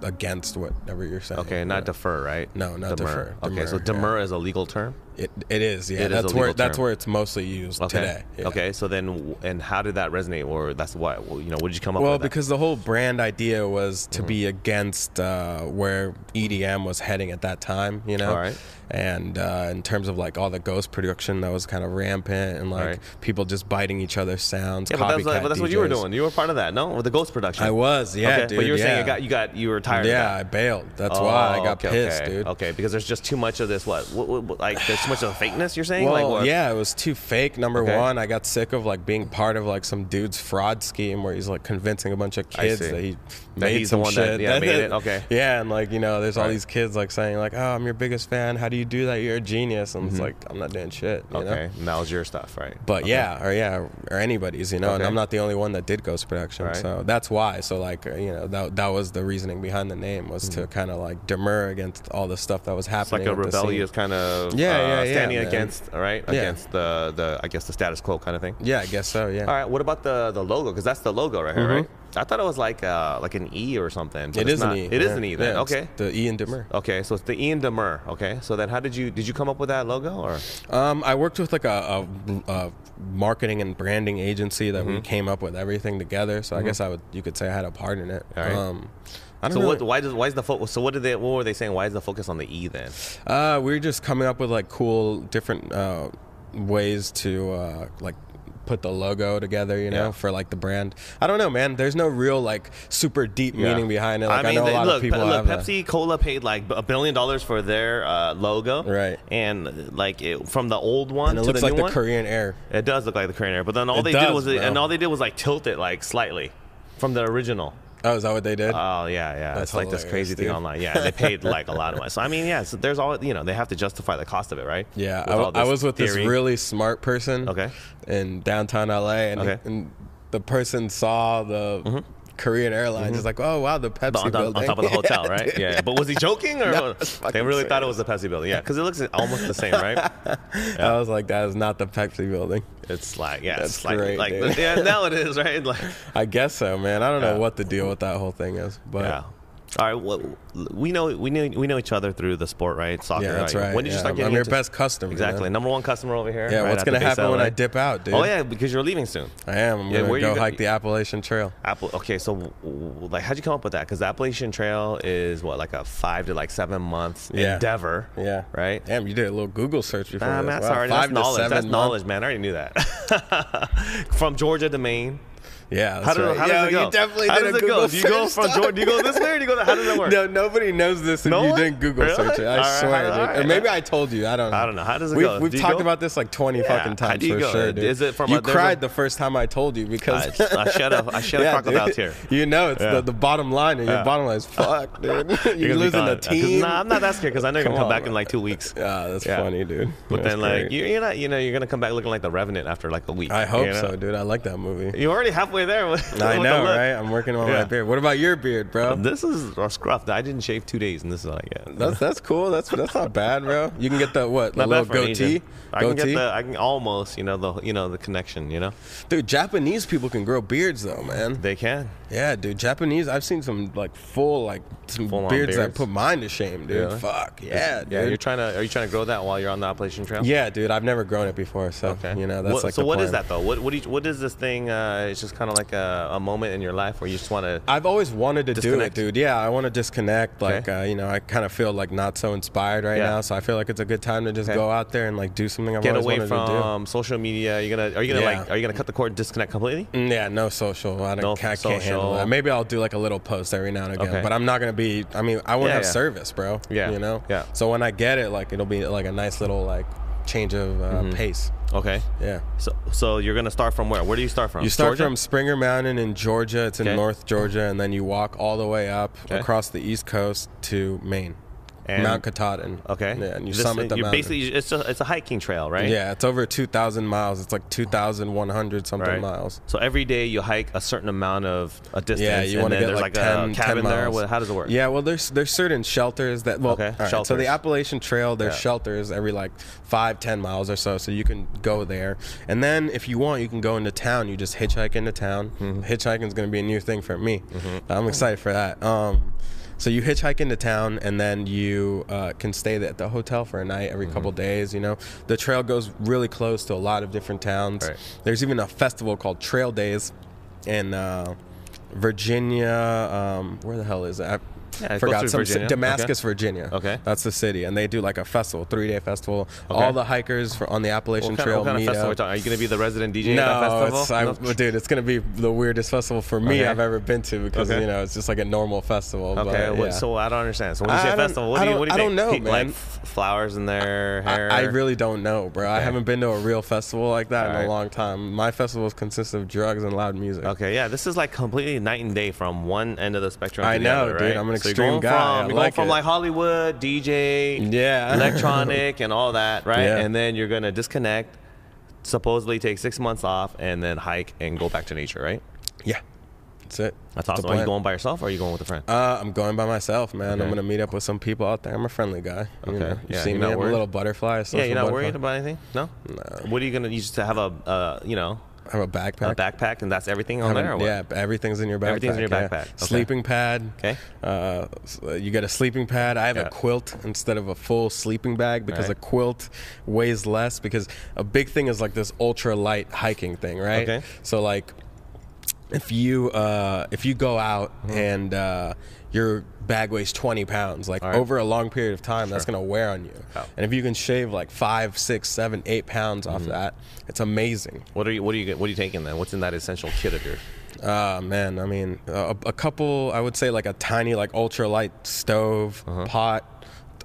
Speaker 3: against whatever you're saying.
Speaker 2: Okay, not
Speaker 3: Yeah.
Speaker 2: defer, right?
Speaker 3: No, not
Speaker 2: demur.
Speaker 3: defer.
Speaker 2: Okay, so
Speaker 3: Demur, yeah.
Speaker 2: demur is a legal term.
Speaker 3: It, it is. Yeah,
Speaker 2: It is a
Speaker 3: that's where
Speaker 2: legal
Speaker 3: that's
Speaker 2: term.
Speaker 3: where it's mostly used
Speaker 2: Okay.
Speaker 3: today. Yeah.
Speaker 2: Okay. So then, w- and how did that resonate? Or that's why well, you know, what did you come up
Speaker 3: Well,
Speaker 2: with? that?
Speaker 3: because the whole brand idea was to be against uh, where EDM was heading at that time, you know.
Speaker 2: All right.
Speaker 3: And uh, in terms of like all the ghost production that was kind of rampant and like
Speaker 2: All right.
Speaker 3: people just biting each other's sounds.
Speaker 2: yeah, but that's,
Speaker 3: copycat
Speaker 2: like, but that's what you were
Speaker 3: DJs.
Speaker 2: doing. You were part of that, no? With the ghost production.
Speaker 3: I was, yeah,
Speaker 2: okay,
Speaker 3: dude.
Speaker 2: But you were
Speaker 3: yeah.
Speaker 2: saying it got you got you were tired.
Speaker 3: yeah,
Speaker 2: Of
Speaker 3: I
Speaker 2: that.
Speaker 3: bailed. That's why I
Speaker 2: Oh,
Speaker 3: got
Speaker 2: okay,
Speaker 3: pissed,
Speaker 2: okay,
Speaker 3: dude.
Speaker 2: Okay, because there's just too much of this. What, what, what- what- like? There's too much of the fakeness. You're saying? like,
Speaker 3: Well,
Speaker 2: what?
Speaker 3: yeah, it was too fake. Number
Speaker 2: Okay.
Speaker 3: one, I got sick of like being part of like some dude's fraud scheme where he's like convincing a bunch of kids
Speaker 2: see.
Speaker 3: that he
Speaker 2: That
Speaker 3: made
Speaker 2: he's the
Speaker 3: some
Speaker 2: one that-
Speaker 3: shit.
Speaker 2: yeah, made it? Okay.
Speaker 3: Yeah, and like you know, there's all
Speaker 2: Right.
Speaker 3: these kids like saying like, "Oh, I'm your biggest fan. How do you do that? You're a genius." And it's like, I'm not doing shit. You
Speaker 2: Mm-hmm. Okay,
Speaker 3: Know?
Speaker 2: and that was your stuff, right?
Speaker 3: But yeah, or yeah, or anybody's, you know, and
Speaker 2: Okay.
Speaker 3: I'm not the only one that did ghost production,
Speaker 2: Right.
Speaker 3: so that's why. So like, uh, you know, that that was the reasoning behind the name was to kind of like demur against all the stuff that was
Speaker 2: Mm-hmm. It's like
Speaker 3: happening.
Speaker 2: a
Speaker 3: at the scene.
Speaker 2: rebellious kind of
Speaker 3: Yeah,
Speaker 2: uh,
Speaker 3: yeah, yeah,
Speaker 2: standing
Speaker 3: man.
Speaker 2: against, all right,
Speaker 3: Yeah.
Speaker 2: against the the I guess the status quo kind of thing.
Speaker 3: Yeah, I guess so. Yeah.
Speaker 2: All right, what about the the logo? Because that's the logo right here, right? I thought it was like uh like an E or something. but
Speaker 3: Mm-hmm.
Speaker 2: it's
Speaker 3: It is an
Speaker 2: not.
Speaker 3: E.
Speaker 2: It is
Speaker 3: yeah.
Speaker 2: an E. Then
Speaker 3: Yeah, it's
Speaker 2: okay.
Speaker 3: The E in Demur.
Speaker 2: Okay, so it's the Ian Demur. Okay, so then how did you did you come up with that logo or?
Speaker 3: Um, I worked with like a, a, a marketing and branding agency that
Speaker 2: Mm-hmm.
Speaker 3: we came up with everything together. So I guess I would you could say I had a part in it.
Speaker 2: All right.
Speaker 3: Um, I don't
Speaker 2: So
Speaker 3: know.
Speaker 2: what? Why does why is the focus? So what did they? What were they saying? Why is the focus on the E then?
Speaker 3: Uh, we were just coming up with like cool different uh, ways to uh, like put the logo together, you know,
Speaker 2: Yeah.
Speaker 3: for like the brand. I don't know, man. There's no real like super deep meaning behind it. Like I,
Speaker 2: mean,
Speaker 3: know a
Speaker 2: they-
Speaker 3: lot
Speaker 2: look,
Speaker 3: of people
Speaker 2: Pe- look,
Speaker 3: have that.
Speaker 2: Pepsi Cola paid like a billion dollars for their uh, logo,
Speaker 3: Right.
Speaker 2: And like it, from the old one
Speaker 3: and it
Speaker 2: to
Speaker 3: looks
Speaker 2: the
Speaker 3: like
Speaker 2: new
Speaker 3: the
Speaker 2: one,
Speaker 3: Korean Air.
Speaker 2: it does look like the Korean Air. But then all
Speaker 3: It
Speaker 2: they did
Speaker 3: does,
Speaker 2: was, and
Speaker 3: bro.
Speaker 2: all they did was like tilt it like slightly from the original.
Speaker 3: Oh, is that what they did?
Speaker 2: Oh yeah, yeah.
Speaker 3: That's
Speaker 2: it's like this
Speaker 3: hilarious,
Speaker 2: crazy thing
Speaker 3: dude.
Speaker 2: online. Yeah, they paid like a lot of money. So I mean, yeah. So there's all you know. They have to justify the cost of it, right?
Speaker 3: Yeah,
Speaker 2: With
Speaker 3: I,
Speaker 2: all
Speaker 3: I was with
Speaker 2: theory.
Speaker 3: this really smart person.
Speaker 2: Okay.
Speaker 3: In downtown LA, and,
Speaker 2: Okay. Mm-hmm.
Speaker 3: and the person saw the Korean airline, just like, oh wow, the Pepsi
Speaker 2: on, on-
Speaker 3: building
Speaker 2: on top of the hotel, right? Yeah. But was he joking or
Speaker 3: No, it's
Speaker 2: they
Speaker 3: fucking
Speaker 2: really thought it
Speaker 3: serious.
Speaker 2: was the Pepsi building? Yeah, because it looks almost the same, right?
Speaker 3: I was like, that is not the Pepsi building.
Speaker 2: It's like yeah,
Speaker 3: That's
Speaker 2: it's like,
Speaker 3: great,
Speaker 2: like
Speaker 3: dude.
Speaker 2: yeah, now it is right. Like
Speaker 3: I guess so, man. I don't
Speaker 2: Yeah.
Speaker 3: know what the deal with that whole thing is, but
Speaker 2: yeah. All right, well, we know we know we know each other through the sport, right? Soccer.
Speaker 3: Yeah, that's right.
Speaker 2: When did you
Speaker 3: Yeah,
Speaker 2: start
Speaker 3: I'm-
Speaker 2: getting
Speaker 3: I'm your
Speaker 2: into-
Speaker 3: best customer, you know?
Speaker 2: Exactly, number one customer over here.
Speaker 3: Yeah,
Speaker 2: right
Speaker 3: what's
Speaker 2: after
Speaker 3: gonna
Speaker 2: Base
Speaker 3: happen when
Speaker 2: LA.
Speaker 3: I dip out, dude?
Speaker 2: Oh yeah, because you're leaving soon.
Speaker 3: I am. I'm
Speaker 2: Yeah,
Speaker 3: gonna
Speaker 2: where you
Speaker 3: go
Speaker 2: go-
Speaker 3: hike the Appalachian Trail.
Speaker 2: Apple. Okay, so w- w- like, how'd you come up with that? Because the Appalachian Trail is what like a five to like seven month
Speaker 3: Yeah.
Speaker 2: endeavor.
Speaker 3: Yeah.
Speaker 2: Right.
Speaker 3: Damn, you did a little Google search before.
Speaker 2: Nah, man,
Speaker 3: this.
Speaker 2: that's
Speaker 3: Wow,
Speaker 2: already
Speaker 3: five
Speaker 2: that's
Speaker 3: to
Speaker 2: knowledge.
Speaker 3: seven
Speaker 2: That's
Speaker 3: months.
Speaker 2: knowledge, man. I already knew that. from Georgia to Maine.
Speaker 3: Yeah, that's
Speaker 2: How, do,
Speaker 3: right.
Speaker 2: how
Speaker 3: Yo,
Speaker 2: does it go?
Speaker 3: You definitely
Speaker 2: how
Speaker 3: did
Speaker 2: does
Speaker 3: a
Speaker 2: it
Speaker 3: Google
Speaker 2: go? Do you go
Speaker 3: search,
Speaker 2: from
Speaker 3: dog.
Speaker 2: Georgia? Do you go this way or do you go that? How does it work?
Speaker 3: No, nobody knows this if
Speaker 2: No
Speaker 3: you
Speaker 2: one?
Speaker 3: didn't Google
Speaker 2: Really?
Speaker 3: search it.
Speaker 2: All
Speaker 3: I
Speaker 2: right,
Speaker 3: swear,
Speaker 2: all
Speaker 3: dude.
Speaker 2: right.
Speaker 3: Or maybe I told you. I don't know.
Speaker 2: I don't know. How does it
Speaker 3: we've,
Speaker 2: go?
Speaker 3: We've
Speaker 2: Do you
Speaker 3: talked
Speaker 2: go-
Speaker 3: about this like 20
Speaker 2: Yeah,
Speaker 3: fucking
Speaker 2: how
Speaker 3: times
Speaker 2: do you
Speaker 3: for
Speaker 2: go?
Speaker 3: sure, dude.
Speaker 2: Is it from a-
Speaker 3: You
Speaker 2: there's
Speaker 3: cried
Speaker 2: a-
Speaker 3: the first time I told you because.
Speaker 2: I, I shed a I shed a
Speaker 3: Yeah,
Speaker 2: crocodile
Speaker 3: dude.
Speaker 2: tear.
Speaker 3: You know, it's
Speaker 2: Yeah.
Speaker 3: the, the bottom line. And
Speaker 2: Yeah.
Speaker 3: Your bottom line is fuck, dude.
Speaker 2: You're
Speaker 3: You're
Speaker 2: gonna be
Speaker 3: losing a
Speaker 2: gone. 'Cause,
Speaker 3: team.
Speaker 2: Nah, I'm not that scared because I know you're gonna
Speaker 3: Come
Speaker 2: come
Speaker 3: on,
Speaker 2: back in
Speaker 3: man.
Speaker 2: like two weeks.
Speaker 3: Yeah, that's
Speaker 2: Yeah.
Speaker 3: funny, dude.
Speaker 2: But
Speaker 3: That's
Speaker 2: then like
Speaker 3: great.
Speaker 2: you- you're not you know you're gonna come back looking like the Revenant after like a week.
Speaker 3: I hope
Speaker 2: you know?
Speaker 3: so, dude. I like that movie.
Speaker 2: You're already halfway there. With, with
Speaker 3: I
Speaker 2: the
Speaker 3: know,
Speaker 2: look.
Speaker 3: right? I'm working on
Speaker 2: Yeah.
Speaker 3: my beard. What about your beard, bro?
Speaker 2: This is a scruff. I didn't shave two days, and this is what I get.
Speaker 3: That's that's cool. That's that's not bad, bro. You can get the what? The
Speaker 2: Not
Speaker 3: little
Speaker 2: bad for an
Speaker 3: goatee.
Speaker 2: Asian. I can
Speaker 3: goatee.
Speaker 2: get the. I can almost, you know, the you know the connection. You know,
Speaker 3: Dude, Japanese people can grow beards though, man.
Speaker 2: they can.
Speaker 3: Yeah, dude. Japanese. I've seen some like full like some
Speaker 2: Full-on
Speaker 3: beards, that
Speaker 2: beards?
Speaker 3: put mine to shame, dude.
Speaker 2: Really?
Speaker 3: Fuck yeah, dude.
Speaker 2: Yeah, you're trying to. Are you trying to grow that while you're on the Appalachian Trail?
Speaker 3: yeah, dude. I've never grown it before, so
Speaker 2: Okay.
Speaker 3: you know that's
Speaker 2: What-
Speaker 3: like.
Speaker 2: so.
Speaker 3: the
Speaker 2: What is
Speaker 3: plan.
Speaker 2: that though? What what, do you, what is this thing? Uh, it's just kind of like a, a moment in your life where you just want to.
Speaker 3: I've always wanted to
Speaker 2: Disconnect.
Speaker 3: do it, dude. Yeah, I want to disconnect. Like,
Speaker 2: Okay.
Speaker 3: uh, you know, I kind of feel like not so inspired right
Speaker 2: Yeah.
Speaker 3: now, so I feel like it's a good time to just
Speaker 2: Okay.
Speaker 3: go out there and like do something I've
Speaker 2: Get
Speaker 3: always
Speaker 2: away
Speaker 3: wanted to do.
Speaker 2: from social media. You're gonna. Are you gonna
Speaker 3: Yeah.
Speaker 2: like? Are you gonna cut the cord? and Disconnect completely?
Speaker 3: Mm, Yeah, no social. I, don't,
Speaker 2: No
Speaker 3: I can't
Speaker 2: social.
Speaker 3: handle that. Maybe I'll do like a little post every now and again,
Speaker 2: Okay.
Speaker 3: but I'm not gonna be. I mean, I won't
Speaker 2: Yeah,
Speaker 3: have
Speaker 2: yeah.
Speaker 3: service, bro.
Speaker 2: Yeah,
Speaker 3: you know.
Speaker 2: yeah.
Speaker 3: So when I get it, like it'll be like a nice little like change of uh,
Speaker 2: Mm-hmm.
Speaker 3: pace.
Speaker 2: Okay.
Speaker 3: Yeah.
Speaker 2: So so you're gonna start from where? Where do you start from?
Speaker 3: You start
Speaker 2: Georgia?
Speaker 3: from Springer Mountain in Georgia. It's in
Speaker 2: Okay.
Speaker 3: North Georgia, and then you walk all the way up across the East Coast to Maine,
Speaker 2: And-
Speaker 3: Mount Katahdin.
Speaker 2: Okay.
Speaker 3: Yeah, and you
Speaker 2: This-
Speaker 3: summit the
Speaker 2: you're
Speaker 3: mountain.
Speaker 2: Basically, it's a, it's a hiking trail, right?
Speaker 3: yeah, it's over 2,000 miles. It's like 2,100 something
Speaker 2: Right.
Speaker 3: miles.
Speaker 2: So every day you hike a certain amount of a distance.
Speaker 3: Yeah, you
Speaker 2: and
Speaker 3: want to
Speaker 2: then
Speaker 3: get
Speaker 2: there's
Speaker 3: like,
Speaker 2: like,
Speaker 3: 10,
Speaker 2: a
Speaker 3: 10
Speaker 2: cabin there.
Speaker 3: miles.
Speaker 2: Well, How does it work?
Speaker 3: Yeah, well, there's there's certain shelters that well,
Speaker 2: Okay,
Speaker 3: all right, so
Speaker 2: shelters.
Speaker 3: the Appalachian Trail, there's
Speaker 2: Yeah.
Speaker 3: shelters every like five, ten miles or so, so you can go there, and then if you want, you can go into town. You just hitchhike into town.
Speaker 2: Mm-hmm.
Speaker 3: Hitchhiking is going to be a new thing for me. I'm excited for that. Um, so you hitchhike into town, and then you uh, can stay at the hotel for a night every couple
Speaker 2: Mm-hmm.
Speaker 3: days. You know, the trail goes really close to a lot of different towns.
Speaker 2: Right.
Speaker 3: There's even a festival called Trail Days in uh, Virginia. Um, where the hell is it? I
Speaker 2: Yeah, it goes
Speaker 3: forgot.
Speaker 2: through
Speaker 3: Some
Speaker 2: Virginia.
Speaker 3: ci- Damascus, Virginia. Uh,
Speaker 2: Okay.
Speaker 3: that's the city, and they do like a festival, three-day festival.
Speaker 2: Okay.
Speaker 3: All the hikers for, on the Appalachian
Speaker 2: What kind,
Speaker 3: Trail
Speaker 2: what kind of
Speaker 3: meet
Speaker 2: festival are we
Speaker 3: up.
Speaker 2: talking? Are you going to be the resident DJ at that
Speaker 3: No,
Speaker 2: festival?
Speaker 3: it's, I, dude, it's gonna be the weirdest festival for me
Speaker 2: Okay.
Speaker 3: I've ever been to because
Speaker 2: Okay.
Speaker 3: you know it's just like a normal festival.
Speaker 2: Okay,
Speaker 3: but,
Speaker 2: what-
Speaker 3: yeah.
Speaker 2: so I don't understand. So when you
Speaker 3: I
Speaker 2: say
Speaker 3: don't-
Speaker 2: festival, what
Speaker 3: I
Speaker 2: do you
Speaker 3: don't-
Speaker 2: what do you
Speaker 3: I don't
Speaker 2: think?
Speaker 3: know,
Speaker 2: Pe- Like
Speaker 3: man.
Speaker 2: f- flowers in their
Speaker 3: I-
Speaker 2: hair.
Speaker 3: I really don't know, bro. I haven't been to a real festival like that in
Speaker 2: Alright.
Speaker 3: a long time. My festivals consist of drugs and loud music.
Speaker 2: Okay, yeah, this is like completely night and day from one end of the spectrum.
Speaker 3: I
Speaker 2: to the
Speaker 3: know,
Speaker 2: other,
Speaker 3: dude,
Speaker 2: right?
Speaker 3: I'm an
Speaker 2: So you're
Speaker 3: extreme
Speaker 2: going
Speaker 3: guy,
Speaker 2: From,
Speaker 3: I
Speaker 2: you're going
Speaker 3: like
Speaker 2: from
Speaker 3: it.
Speaker 2: like Hollywood DJ,
Speaker 3: Yeah.
Speaker 2: electronic and all that, right?
Speaker 3: Yeah.
Speaker 2: And then you're gonna disconnect, supposedly take six months off, and then hike and go back to nature, right?
Speaker 3: Yeah, that's it.
Speaker 2: That's
Speaker 3: That's the
Speaker 2: awesome. Are you
Speaker 3: plan.
Speaker 2: going by yourself or are you going with a friend?
Speaker 3: Uh, I'm going by myself, man.
Speaker 2: Okay.
Speaker 3: I'm gonna meet up with some people out there. I'm a friendly guy. You
Speaker 2: Okay.
Speaker 3: know, you've
Speaker 2: Yeah,
Speaker 3: seen
Speaker 2: you're
Speaker 3: me.
Speaker 2: not
Speaker 3: I'm a
Speaker 2: worried?
Speaker 3: little butterfly. social
Speaker 2: yeah, you're not worried about
Speaker 3: butterfly.
Speaker 2: anything? No? No. What are you gonna you just have a uh, you know,
Speaker 3: I have a backpack.
Speaker 2: a backpack and that's everything on
Speaker 3: I have a-
Speaker 2: there or what?
Speaker 3: yeah, everything's in your backpack.
Speaker 2: Everything's in your
Speaker 3: yeah.
Speaker 2: backpack. Okay.
Speaker 3: Sleeping pad.
Speaker 2: Okay.
Speaker 3: Uh, s- uh, you get a sleeping pad. I have
Speaker 2: Yeah.
Speaker 3: a quilt instead of a full sleeping bag because
Speaker 2: Right.
Speaker 3: a quilt weighs less. Because a big thing is like this ultra light hiking thing, right?
Speaker 2: Okay.
Speaker 3: So like. if you uh, if you go out
Speaker 2: Mm-hmm.
Speaker 3: and uh, your bag weighs 20 pounds like
Speaker 2: right.
Speaker 3: over a long period of time that's going to wear on you
Speaker 2: Oh.
Speaker 3: and if you can shave like five six seven eight pounds
Speaker 2: Mm-hmm.
Speaker 3: off that it's amazing
Speaker 2: What are you? What are you? What are you taking then? What's in that essential kit of yours?
Speaker 3: uh, man i mean a, a couple i would say like a tiny like ultralight stove
Speaker 2: Uh-huh.
Speaker 3: pot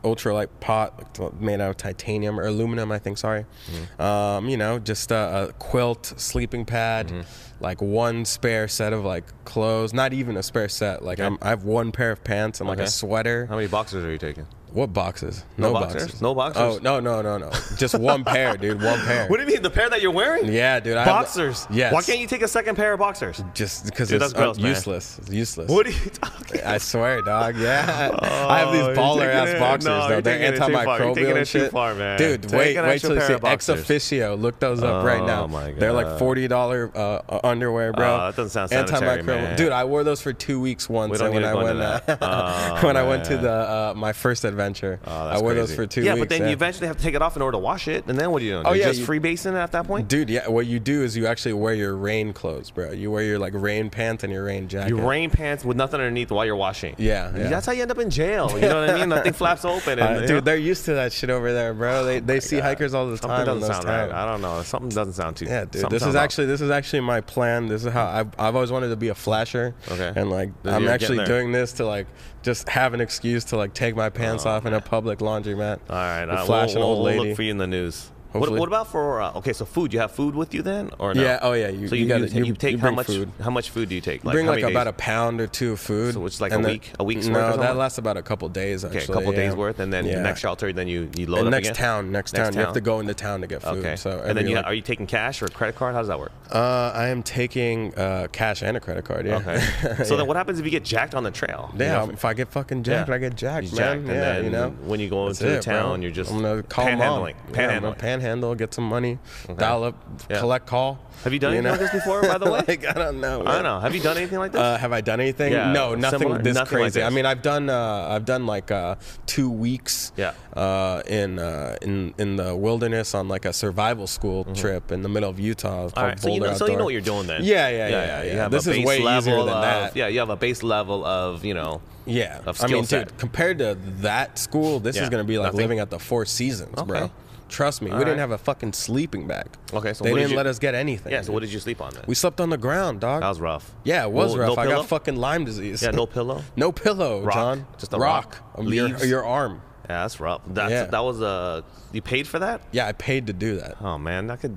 Speaker 3: ultralight pot made out of titanium or aluminum i think sorry
Speaker 2: Mm-hmm.
Speaker 3: um, you know just a, a quilt sleeping pad
Speaker 2: Mm-hmm.
Speaker 3: like one spare set of like clothes not even a spare set like I'm, i have one pair of pants and like a
Speaker 2: Okay.
Speaker 3: sweater
Speaker 2: How many boxers are you taking?
Speaker 3: What boxes?
Speaker 2: No boxers? No boxers?
Speaker 3: Oh no no no no! Just one pair, dude. One pair.
Speaker 2: What do you mean? The pair that you're wearing?
Speaker 3: yeah, dude. I have-
Speaker 2: Boxers.
Speaker 3: Yes.
Speaker 2: Why can't you take a second pair of boxers?
Speaker 3: Just because
Speaker 2: Dude,
Speaker 3: it's
Speaker 2: that's gross,
Speaker 3: uh,
Speaker 2: man.
Speaker 3: useless. It's useless.
Speaker 2: What are you talking?
Speaker 3: I swear, dog. Yeah. I have these
Speaker 2: Oh, you're
Speaker 3: baller
Speaker 2: taking
Speaker 3: ass
Speaker 2: it-
Speaker 3: boxers
Speaker 2: no,
Speaker 3: though.
Speaker 2: you're
Speaker 3: They're
Speaker 2: taking it too far. You're taking
Speaker 3: antimicrobial
Speaker 2: it
Speaker 3: and
Speaker 2: too
Speaker 3: shit.
Speaker 2: far, man.
Speaker 3: Dude,
Speaker 2: Take
Speaker 3: wait,
Speaker 2: an
Speaker 3: wait
Speaker 2: extra
Speaker 3: till you
Speaker 2: pair
Speaker 3: see
Speaker 2: of
Speaker 3: ex
Speaker 2: boxers.
Speaker 3: officio. Look those up right now.
Speaker 2: Oh, my
Speaker 3: They're like
Speaker 2: God.
Speaker 3: forty dollar uh, uh, underwear, bro.
Speaker 2: Oh, that doesn't sound sanitary, man.
Speaker 3: Dude, I wore those for two weeks once.
Speaker 2: We don't need
Speaker 3: and when
Speaker 2: to
Speaker 3: I
Speaker 2: go
Speaker 3: went
Speaker 2: into that.
Speaker 3: uh,
Speaker 2: Oh,
Speaker 3: when I went to
Speaker 2: man.
Speaker 3: the uh, my first adventure,
Speaker 2: Oh,
Speaker 3: I
Speaker 2: that's
Speaker 3: wore those
Speaker 2: crazy.
Speaker 3: for two
Speaker 2: yeah,
Speaker 3: weeks.
Speaker 2: but then you eventually have to take it off in order to wash it, and then what are you doing?
Speaker 3: Oh,
Speaker 2: you
Speaker 3: yeah,
Speaker 2: just
Speaker 3: you-
Speaker 2: free basing at that point.
Speaker 3: Dude, yeah, what you do is you actually wear your rain clothes, bro. You wear your like rain pants and your rain jacket.
Speaker 2: You rain pants with nothing underneath while you're washing.
Speaker 3: Yeah, yeah.
Speaker 2: that's how you end up in jail. You know what I mean? Nothing flaps open. And,
Speaker 3: Uh,
Speaker 2: you know,
Speaker 3: dude, they're used to that shit over there, bro. They they see hikers all the
Speaker 2: Oh, something
Speaker 3: time in
Speaker 2: doesn't
Speaker 3: those
Speaker 2: sound
Speaker 3: towns.
Speaker 2: right. I don't know. Something doesn't sound too.
Speaker 3: Yeah, dude.
Speaker 2: something
Speaker 3: This is
Speaker 2: sounds off.
Speaker 3: actually this is actually my plan. This is how I've, I've always wanted to be a flasher.
Speaker 2: Okay.
Speaker 3: And like
Speaker 2: Then
Speaker 3: I'm
Speaker 2: you're getting
Speaker 3: actually
Speaker 2: there.
Speaker 3: doing this to like just have an excuse to like take my pants off in a public laundromat.
Speaker 2: Oh, All right,
Speaker 3: and
Speaker 2: uh,
Speaker 3: flash
Speaker 2: we'll,
Speaker 3: an old
Speaker 2: we'll
Speaker 3: lady.
Speaker 2: look for you in the news. What,
Speaker 3: Hopefully.
Speaker 2: what about for uh, okay? So food, you have food with you then, or no?
Speaker 3: Yeah, oh, yeah, you-
Speaker 2: so
Speaker 3: you
Speaker 2: you,
Speaker 3: gotta-
Speaker 2: ta-
Speaker 3: you-
Speaker 2: you take
Speaker 3: you
Speaker 2: how
Speaker 3: bring
Speaker 2: much?
Speaker 3: food.
Speaker 2: How much food do you take?
Speaker 3: Bring
Speaker 2: how
Speaker 3: like
Speaker 2: many
Speaker 3: about
Speaker 2: days?
Speaker 3: a pound or two of food.
Speaker 2: So it's like
Speaker 3: and
Speaker 2: a
Speaker 3: then-
Speaker 2: week- a week's
Speaker 3: no,
Speaker 2: worth or
Speaker 3: that
Speaker 2: something?
Speaker 3: lasts about a couple days. Actually,
Speaker 2: okay, a couple
Speaker 3: yeah.
Speaker 2: days worth, and then
Speaker 3: Yeah.
Speaker 2: next shelter, then you you load
Speaker 3: And
Speaker 2: up
Speaker 3: next
Speaker 2: again?
Speaker 3: town, next, town, you have to go into town to get food.
Speaker 2: Okay,
Speaker 3: So
Speaker 2: and then
Speaker 3: every,
Speaker 2: you
Speaker 3: like,
Speaker 2: ha- are you taking cash or credit card? How does that work?
Speaker 3: Uh, I am taking uh, cash and a credit card. Yeah. um,
Speaker 2: Okay, so then what happens if you get jacked on the trail?
Speaker 3: Damn, if I get fucking jacked,
Speaker 2: Yeah.
Speaker 3: I get jacked,
Speaker 2: You
Speaker 3: man.
Speaker 2: jacked, and
Speaker 3: yeah,
Speaker 2: then
Speaker 3: you know.
Speaker 2: when you go
Speaker 3: That's
Speaker 2: into
Speaker 3: it,
Speaker 2: town,
Speaker 3: bro.
Speaker 2: you're just
Speaker 3: I'm gonna call
Speaker 2: panhandling,
Speaker 3: Mom. Yeah, I'm gonna
Speaker 2: panhandling.
Speaker 3: panhandle, get some money, dial up,
Speaker 2: Yeah.
Speaker 3: collect call.
Speaker 2: Have you done anything like this before, by the way?
Speaker 3: like, I don't know.
Speaker 2: I
Speaker 3: man.
Speaker 2: don't know. Have you done anything like this?
Speaker 3: Uh, have I done anything?
Speaker 2: Yeah,
Speaker 3: no, nothing
Speaker 2: similar-
Speaker 3: this
Speaker 2: nothing like
Speaker 3: crazy. I
Speaker 2: this.
Speaker 3: mean, I've done uh, I've done like uh, two weeks.
Speaker 2: Yeah.
Speaker 3: Uh, in uh, in in the wilderness on like a survival school trip in the middle of Utah. It's
Speaker 2: Mm-hmm. All
Speaker 3: called
Speaker 2: right, so you,
Speaker 3: Boulder
Speaker 2: know, so you
Speaker 3: Outdoor.
Speaker 2: know what you're doing then.
Speaker 3: Yeah, yeah, yeah, yeah,
Speaker 2: You
Speaker 3: yeah.
Speaker 2: have
Speaker 3: This
Speaker 2: a
Speaker 3: is
Speaker 2: base
Speaker 3: way easier
Speaker 2: level
Speaker 3: than
Speaker 2: of,
Speaker 3: that.
Speaker 2: Yeah, you have a base level of you know.
Speaker 3: Yeah,
Speaker 2: of
Speaker 3: I
Speaker 2: skill
Speaker 3: mean,
Speaker 2: set.
Speaker 3: dude, compared to that school, this
Speaker 2: Yeah,
Speaker 3: is gonna be like
Speaker 2: nothing.
Speaker 3: living at the Four Seasons, bro.
Speaker 2: Okay.
Speaker 3: Trust me, we
Speaker 2: All
Speaker 3: didn't
Speaker 2: right.
Speaker 3: have a fucking sleeping bag.
Speaker 2: Okay, so
Speaker 3: they
Speaker 2: what did
Speaker 3: didn't
Speaker 2: you-
Speaker 3: let us get anything.
Speaker 2: Yeah. So what did you sleep on then?
Speaker 3: we slept on the ground, dog.
Speaker 2: that was rough.
Speaker 3: yeah, it was
Speaker 2: No-
Speaker 3: rough.
Speaker 2: No
Speaker 3: I
Speaker 2: pillow?
Speaker 3: got fucking Lyme disease.
Speaker 2: Yeah, no pillow.
Speaker 3: no pillow,
Speaker 2: Rock.
Speaker 3: John.
Speaker 2: Just a rock.
Speaker 3: Um, Your,
Speaker 2: Leaves.
Speaker 3: your arm.
Speaker 2: Yeah, that's rough. That's,
Speaker 3: Yeah.
Speaker 2: That was Uh, you paid for that?
Speaker 3: Yeah, I paid to do that.
Speaker 2: Oh man, that could.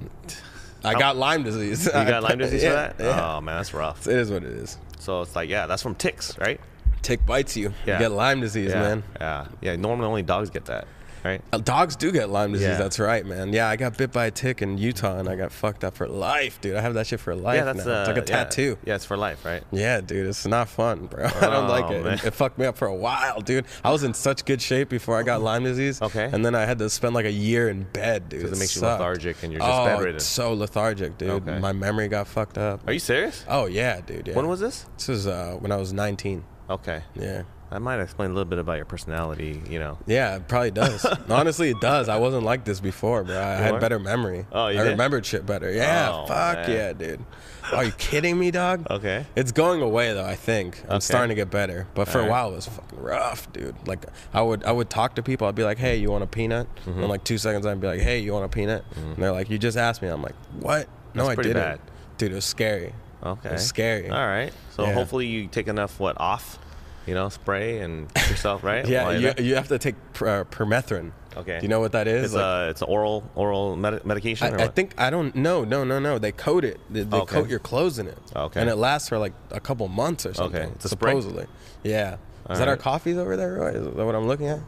Speaker 3: I got Lyme disease.
Speaker 2: You got Lyme disease
Speaker 3: yeah,
Speaker 2: for that?
Speaker 3: Yeah.
Speaker 2: Oh man, that's rough.
Speaker 3: It is what it is.
Speaker 2: So it's like, yeah, that's from ticks, right?
Speaker 3: Tick bites you.
Speaker 2: Yeah.
Speaker 3: You get Lyme disease,
Speaker 2: Yeah,
Speaker 3: man.
Speaker 2: yeah, yeah. Normally, only dogs get that, right?
Speaker 3: Uh, Dogs do get Lyme disease.
Speaker 2: Yeah.
Speaker 3: That's right, man. Yeah, I got bit by a tick in Utah, and I got fucked up for life, dude. I have that shit for life
Speaker 2: yeah, that's uh,
Speaker 3: now. it's like a
Speaker 2: yeah,
Speaker 3: tattoo.
Speaker 2: Yeah, it's for life, right?
Speaker 3: Yeah, dude, it's not fun, bro. I don't
Speaker 2: Oh,
Speaker 3: like it.
Speaker 2: man.
Speaker 3: it. fucked me up for a while, dude. I was in such good shape before I got Lyme disease.
Speaker 2: Okay.
Speaker 3: And then I had to spend like a year in bed, dude.
Speaker 2: Because it makes you
Speaker 3: sucked.
Speaker 2: lethargic and you're just
Speaker 3: oh,
Speaker 2: bedridden.
Speaker 3: so lethargic, dude.
Speaker 2: Okay.
Speaker 3: My memory got fucked up.
Speaker 2: Are you serious?
Speaker 3: Oh yeah, dude. Yeah.
Speaker 2: When was this?
Speaker 3: this? Was uh, when I was 19.
Speaker 2: Okay.
Speaker 3: Yeah.
Speaker 2: That might explain a little bit about your personality, you know.
Speaker 3: Yeah, it probably does. Honestly, it does. I wasn't like this before, bro. I had
Speaker 2: weren't?
Speaker 3: better memory.
Speaker 2: Oh, you
Speaker 3: I
Speaker 2: did?
Speaker 3: remembered shit better. Yeah,
Speaker 2: Oh,
Speaker 3: fuck
Speaker 2: man.
Speaker 3: yeah, dude. Are you kidding me, dog?
Speaker 2: Okay.
Speaker 3: It's going away though. I think I'm
Speaker 2: Okay.
Speaker 3: starting to get better, but for a
Speaker 2: Alright.
Speaker 3: while it was fucking rough, dude. Like I would I would talk to people. I'd be like, "Hey, you want a peanut?"
Speaker 2: Mm-hmm.
Speaker 3: And like two seconds, I'd be like, "Hey, you want a peanut?" And they're like, "You just asked me." I'm like, "What? No,
Speaker 2: That's
Speaker 3: I
Speaker 2: pretty
Speaker 3: didn't."
Speaker 2: bad. Oh,
Speaker 3: Dude, it was scary.
Speaker 2: Okay.
Speaker 3: It was scary.
Speaker 2: All right. So
Speaker 3: Yeah.
Speaker 2: hopefully you take enough what off, you know, spray and yourself, right?
Speaker 3: Yeah,
Speaker 2: While you're
Speaker 3: you,
Speaker 2: there?
Speaker 3: you have to take per, uh, permethrin.
Speaker 2: Okay.
Speaker 3: Do you know what that is?
Speaker 2: It's
Speaker 3: Like-
Speaker 2: a it's an oral oral medi- medication. or
Speaker 3: I, I
Speaker 2: what?
Speaker 3: think I don't. No, no, no, no. They coat it. They, they
Speaker 2: Okay.
Speaker 3: coat your clothes in it.
Speaker 2: Okay.
Speaker 3: And it lasts for like a couple months or something.
Speaker 2: it's a spray.
Speaker 3: supposedly. Yeah.
Speaker 2: All
Speaker 3: is that our
Speaker 2: right.
Speaker 3: coffees over there? Roy? Is that what I'm looking at? I'm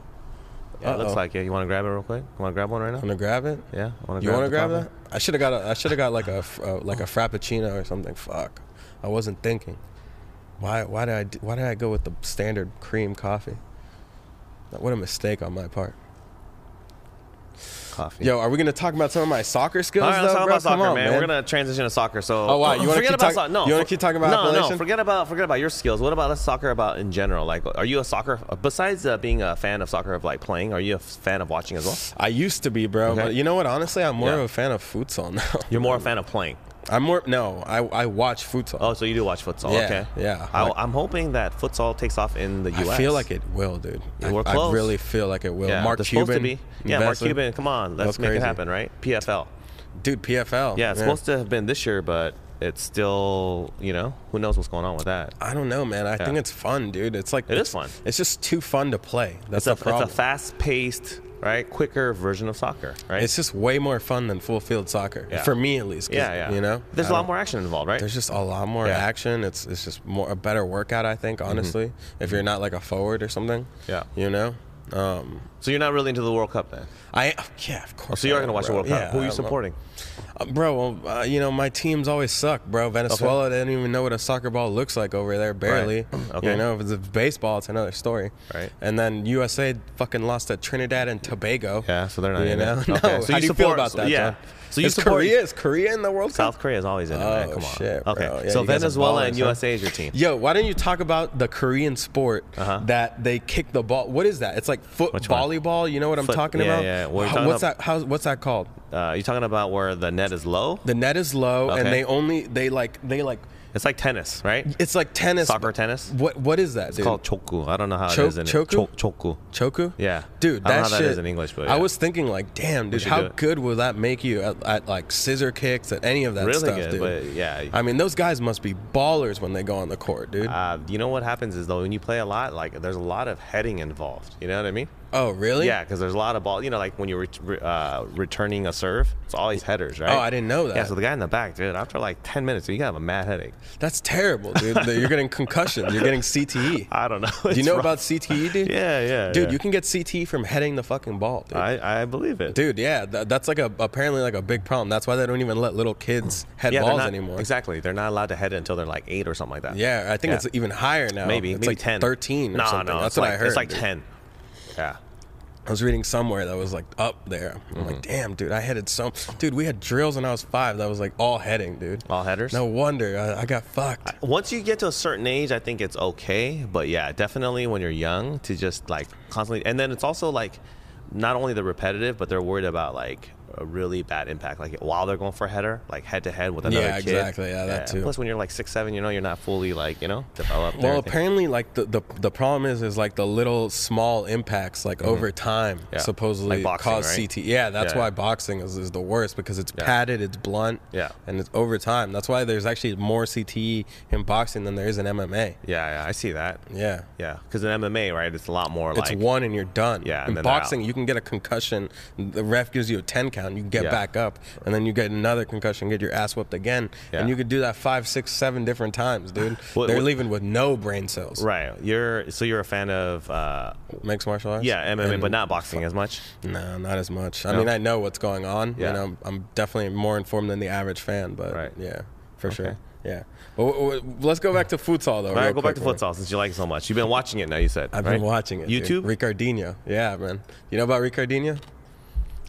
Speaker 2: Yeah, it looks
Speaker 3: uh-oh.
Speaker 2: like it. You want to grab it real quick? You want to grab one right now?
Speaker 3: gonna grab it.
Speaker 2: Yeah. Wanna
Speaker 3: You want
Speaker 2: the
Speaker 3: to grab
Speaker 2: coffee?
Speaker 3: that? I should have got. A, I should have got like a f- uh, like a frappuccino or something. Fuck. I wasn't thinking. Why? Why did I? d- Why did I go with the standard cream coffee? What a mistake on my part.
Speaker 2: Coffee.
Speaker 3: Yo, are we gonna talk about some of my soccer skills?
Speaker 2: All right, let's
Speaker 3: though,
Speaker 2: talk
Speaker 3: bro?
Speaker 2: about
Speaker 3: Come
Speaker 2: soccer,
Speaker 3: on,
Speaker 2: man. We're gonna transition to soccer. So,
Speaker 3: Oh, wow, you wanna
Speaker 2: forget
Speaker 3: keep
Speaker 2: about
Speaker 3: talk-
Speaker 2: so- no,
Speaker 3: you wanna
Speaker 2: for-
Speaker 3: keep talking about
Speaker 2: no,
Speaker 3: Appalachian?
Speaker 2: no. Forget about forget about your skills. What about us soccer about in general? Like, are you a soccer besides uh, being a fan of soccer of like playing? Are you a fan of watching as well?
Speaker 3: I used to be, bro.
Speaker 2: Okay.
Speaker 3: But you know what? Honestly, I'm more
Speaker 2: Yeah.
Speaker 3: of a fan of futsal now.
Speaker 2: You're more a fan of playing.
Speaker 3: I'm more no. I I watch futsal.
Speaker 2: Oh, so you do watch futsal?
Speaker 3: Yeah,
Speaker 2: okay.
Speaker 3: yeah.
Speaker 2: I,
Speaker 3: Like-
Speaker 2: I'm hoping that futsal takes off in the U.S.
Speaker 3: I feel like it will, dude. I,
Speaker 2: we're
Speaker 3: I
Speaker 2: close.
Speaker 3: really feel like it will.
Speaker 2: Yeah,
Speaker 3: Mark
Speaker 2: they're
Speaker 3: Cuban.
Speaker 2: supposed to be. Yeah, Mark
Speaker 3: invested.
Speaker 2: Cuban. Come on, let's
Speaker 3: That's
Speaker 2: make it
Speaker 3: crazy.
Speaker 2: happen, right? PFL.
Speaker 3: Dude, PFL.
Speaker 2: Yeah, it's supposed to have been this year, but it's still, you know, who knows what's going on with that.
Speaker 3: I don't know, man. I think it's fun, dude. It's like
Speaker 2: It is fun.
Speaker 3: It's just too fun to play. That's
Speaker 2: It's a,
Speaker 3: the problem.
Speaker 2: it's a fast-paced, right, quicker version of soccer, right?
Speaker 3: It's just way more fun than full field soccer
Speaker 2: Yeah.
Speaker 3: for me, at least. 'cause,
Speaker 2: yeah, yeah.
Speaker 3: You know,
Speaker 2: there's
Speaker 3: I
Speaker 2: a lot
Speaker 3: don't-
Speaker 2: more action involved, right?
Speaker 3: There's just a lot more
Speaker 2: Yeah. Mm-hmm.
Speaker 3: action. It's it's just more a better workout, I think. Honestly, if you're not like a forward or something.
Speaker 2: Yeah.
Speaker 3: You know. Um,
Speaker 2: So you're not really into the World Cup then? Oh,
Speaker 3: I yeah, of course.
Speaker 2: So you
Speaker 3: I
Speaker 2: are going to
Speaker 3: am,
Speaker 2: watch the
Speaker 3: bro.
Speaker 2: World Cup.
Speaker 3: Yeah,
Speaker 2: Who are
Speaker 3: I
Speaker 2: you
Speaker 3: love-
Speaker 2: supporting?
Speaker 3: Uh, bro, well, uh, you know my teams always suck, bro. Venezuela they don't even know what a soccer ball looks like over there, barely.
Speaker 2: Okay.
Speaker 3: You know, if it's a baseball, it's another story.
Speaker 2: Right.
Speaker 3: And then USA fucking lost to Trinidad and Tobago.
Speaker 2: Yeah, so they're not
Speaker 3: You
Speaker 2: in
Speaker 3: know,
Speaker 2: it.
Speaker 3: no.
Speaker 2: Okay, so
Speaker 3: So
Speaker 2: you
Speaker 3: how do you feel
Speaker 2: support-
Speaker 3: about
Speaker 2: so-
Speaker 3: that?
Speaker 2: yeah.
Speaker 3: John?
Speaker 2: So you
Speaker 3: is
Speaker 2: support-
Speaker 3: Korea is Korea in the World
Speaker 2: South
Speaker 3: Cup?
Speaker 2: Korea is always in it, man.
Speaker 3: Oh,
Speaker 2: Come on.
Speaker 3: shit, bro.
Speaker 2: okay.
Speaker 3: Yeah,
Speaker 2: so
Speaker 3: you guys are
Speaker 2: Venezuela
Speaker 3: ballers,
Speaker 2: and
Speaker 3: huh?
Speaker 2: USA is your team.
Speaker 3: Yo, why don't you talk about the Korean sport that they kick the ball? What is that? It's like foot
Speaker 2: Uh-huh. Which one?
Speaker 3: volleyball. You know what I'm
Speaker 2: Foot-
Speaker 3: talking
Speaker 2: yeah,
Speaker 3: about?
Speaker 2: yeah. What are you
Speaker 3: How-
Speaker 2: talking
Speaker 3: what's
Speaker 2: about?
Speaker 3: that? How's, what's that called?
Speaker 2: Uh, you're talking about where the net is low?
Speaker 3: The net is low,
Speaker 2: Okay.
Speaker 3: and they only they like they like
Speaker 2: It's like tennis, right?
Speaker 3: it's like tennis.
Speaker 2: Soccer,
Speaker 3: but-
Speaker 2: tennis?
Speaker 3: What what is that, dude?
Speaker 2: It's called choku. I don't know how
Speaker 3: Cho-
Speaker 2: it is in
Speaker 3: choku?
Speaker 2: it. Cho- choku.
Speaker 3: choku.
Speaker 2: Yeah.
Speaker 3: dude,
Speaker 2: I don't know
Speaker 3: that
Speaker 2: how
Speaker 3: shit.
Speaker 2: that is in English, but
Speaker 3: I
Speaker 2: yeah.
Speaker 3: was thinking like, damn, dude,
Speaker 2: should do
Speaker 3: how
Speaker 2: it.
Speaker 3: good will that make you at, at like scissor kicks at any of that
Speaker 2: Really
Speaker 3: stuff,
Speaker 2: good,
Speaker 3: dude?
Speaker 2: but yeah.
Speaker 3: I mean, those guys must be ballers when they go on the court, dude.
Speaker 2: Uh, you know what happens is though when you play a lot, like there's a lot of heading involved. You know what I mean?
Speaker 3: oh, really?
Speaker 2: Yeah, because there's a lot of ball. You know, like when you're ret- re- uh, returning a serve, it's always headers, right?
Speaker 3: Oh, I didn't know that.
Speaker 2: Yeah, so the guy in the back, dude, after like 10 minutes, you got have a mad headache.
Speaker 3: That's terrible, dude. That You're getting concussions. You're getting CTE.
Speaker 2: I don't know.
Speaker 3: Do you
Speaker 2: It's
Speaker 3: know
Speaker 2: rough.
Speaker 3: about CTE, dude?
Speaker 2: Yeah, yeah,
Speaker 3: Dude,
Speaker 2: yeah.
Speaker 3: you can get CTE from heading the fucking ball, dude.
Speaker 2: I, I believe it.
Speaker 3: Dude, yeah, th- that's like a apparently like a big problem. That's why they don't even let little kids head
Speaker 2: yeah, they're
Speaker 3: balls
Speaker 2: not-
Speaker 3: anymore.
Speaker 2: Exactly. They're not allowed to head it until they're like eight or something like that.
Speaker 3: Yeah, I think
Speaker 2: Yeah.
Speaker 3: it's even higher now.
Speaker 2: Maybe.
Speaker 3: it's
Speaker 2: maybe
Speaker 3: like
Speaker 2: 10.
Speaker 3: thirteen. Or
Speaker 2: no,
Speaker 3: something.
Speaker 2: no.
Speaker 3: that's
Speaker 2: it's
Speaker 3: what
Speaker 2: like,
Speaker 3: I heard.
Speaker 2: It's like
Speaker 3: dude.
Speaker 2: 10. Yeah.
Speaker 3: I was reading somewhere that was like up there. I'm
Speaker 2: Mm-hmm.
Speaker 3: like, damn, dude, I headed some. Dude, we had drills when I was five. That was like all heading, dude.
Speaker 2: All headers?
Speaker 3: No wonder I, I got fucked.
Speaker 2: Once you get to a certain age, I think it's okay. But yeah, definitely when you're young to just like constantly. And then it's also like not only the repetitive, but they're worried about like a really bad impact. Like while they're going for a header, like head to head with another
Speaker 3: Yeah,
Speaker 2: kid.
Speaker 3: exactly. Yeah, that too.
Speaker 2: Plus, when you're like six, seven, you know, you're not fully like, you know, developed.
Speaker 3: well,
Speaker 2: apparently.
Speaker 3: apparently, like the, the the problem is is like the little small impacts, like over time,
Speaker 2: Mm-hmm. Yeah.
Speaker 3: supposedly
Speaker 2: Like boxing,
Speaker 3: cause
Speaker 2: right?
Speaker 3: CT. Yeah, that's
Speaker 2: Yeah,
Speaker 3: why
Speaker 2: yeah.
Speaker 3: boxing is, is the worst because it's padded, it's blunt,
Speaker 2: Yeah.
Speaker 3: and it's over time. That's why there's actually more CTE in boxing than there is in MMA.
Speaker 2: Yeah, yeah, I see that.
Speaker 3: Yeah.
Speaker 2: Yeah, because in MMA, right, it's a lot more like.
Speaker 3: It's one and you're done.
Speaker 2: Yeah, and
Speaker 3: In
Speaker 2: then they're out.
Speaker 3: boxing, you can get a concussion. The ref gives you a ten count. You can get
Speaker 2: Yeah.
Speaker 3: back up, and then you get another concussion, get your ass whipped again,
Speaker 2: Yeah.
Speaker 3: and you could do that five, six, seven different times, dude.
Speaker 2: What-
Speaker 3: They're
Speaker 2: what-
Speaker 3: leaving with no brain cells.
Speaker 2: Right, you're so you're a fan of uh,
Speaker 3: Mixed martial arts.
Speaker 2: yeah MMA, but not boxing as much.
Speaker 3: No, not as much. I mean, I know what's going on.
Speaker 2: Yeah.
Speaker 3: You know, I'm definitely more informed than the average fan, but
Speaker 2: Right.
Speaker 3: yeah, for sure. Yeah. But w- w- let's go back to futsal, though.
Speaker 2: All right,
Speaker 3: real
Speaker 2: go back to
Speaker 3: quick, man.
Speaker 2: futsal since you like it so much. You've been watching it now. You said
Speaker 3: I've
Speaker 2: right?
Speaker 3: been watching it. dude.
Speaker 2: YouTube.
Speaker 3: Ricardinho. Yeah, man. You know about Ricardinho?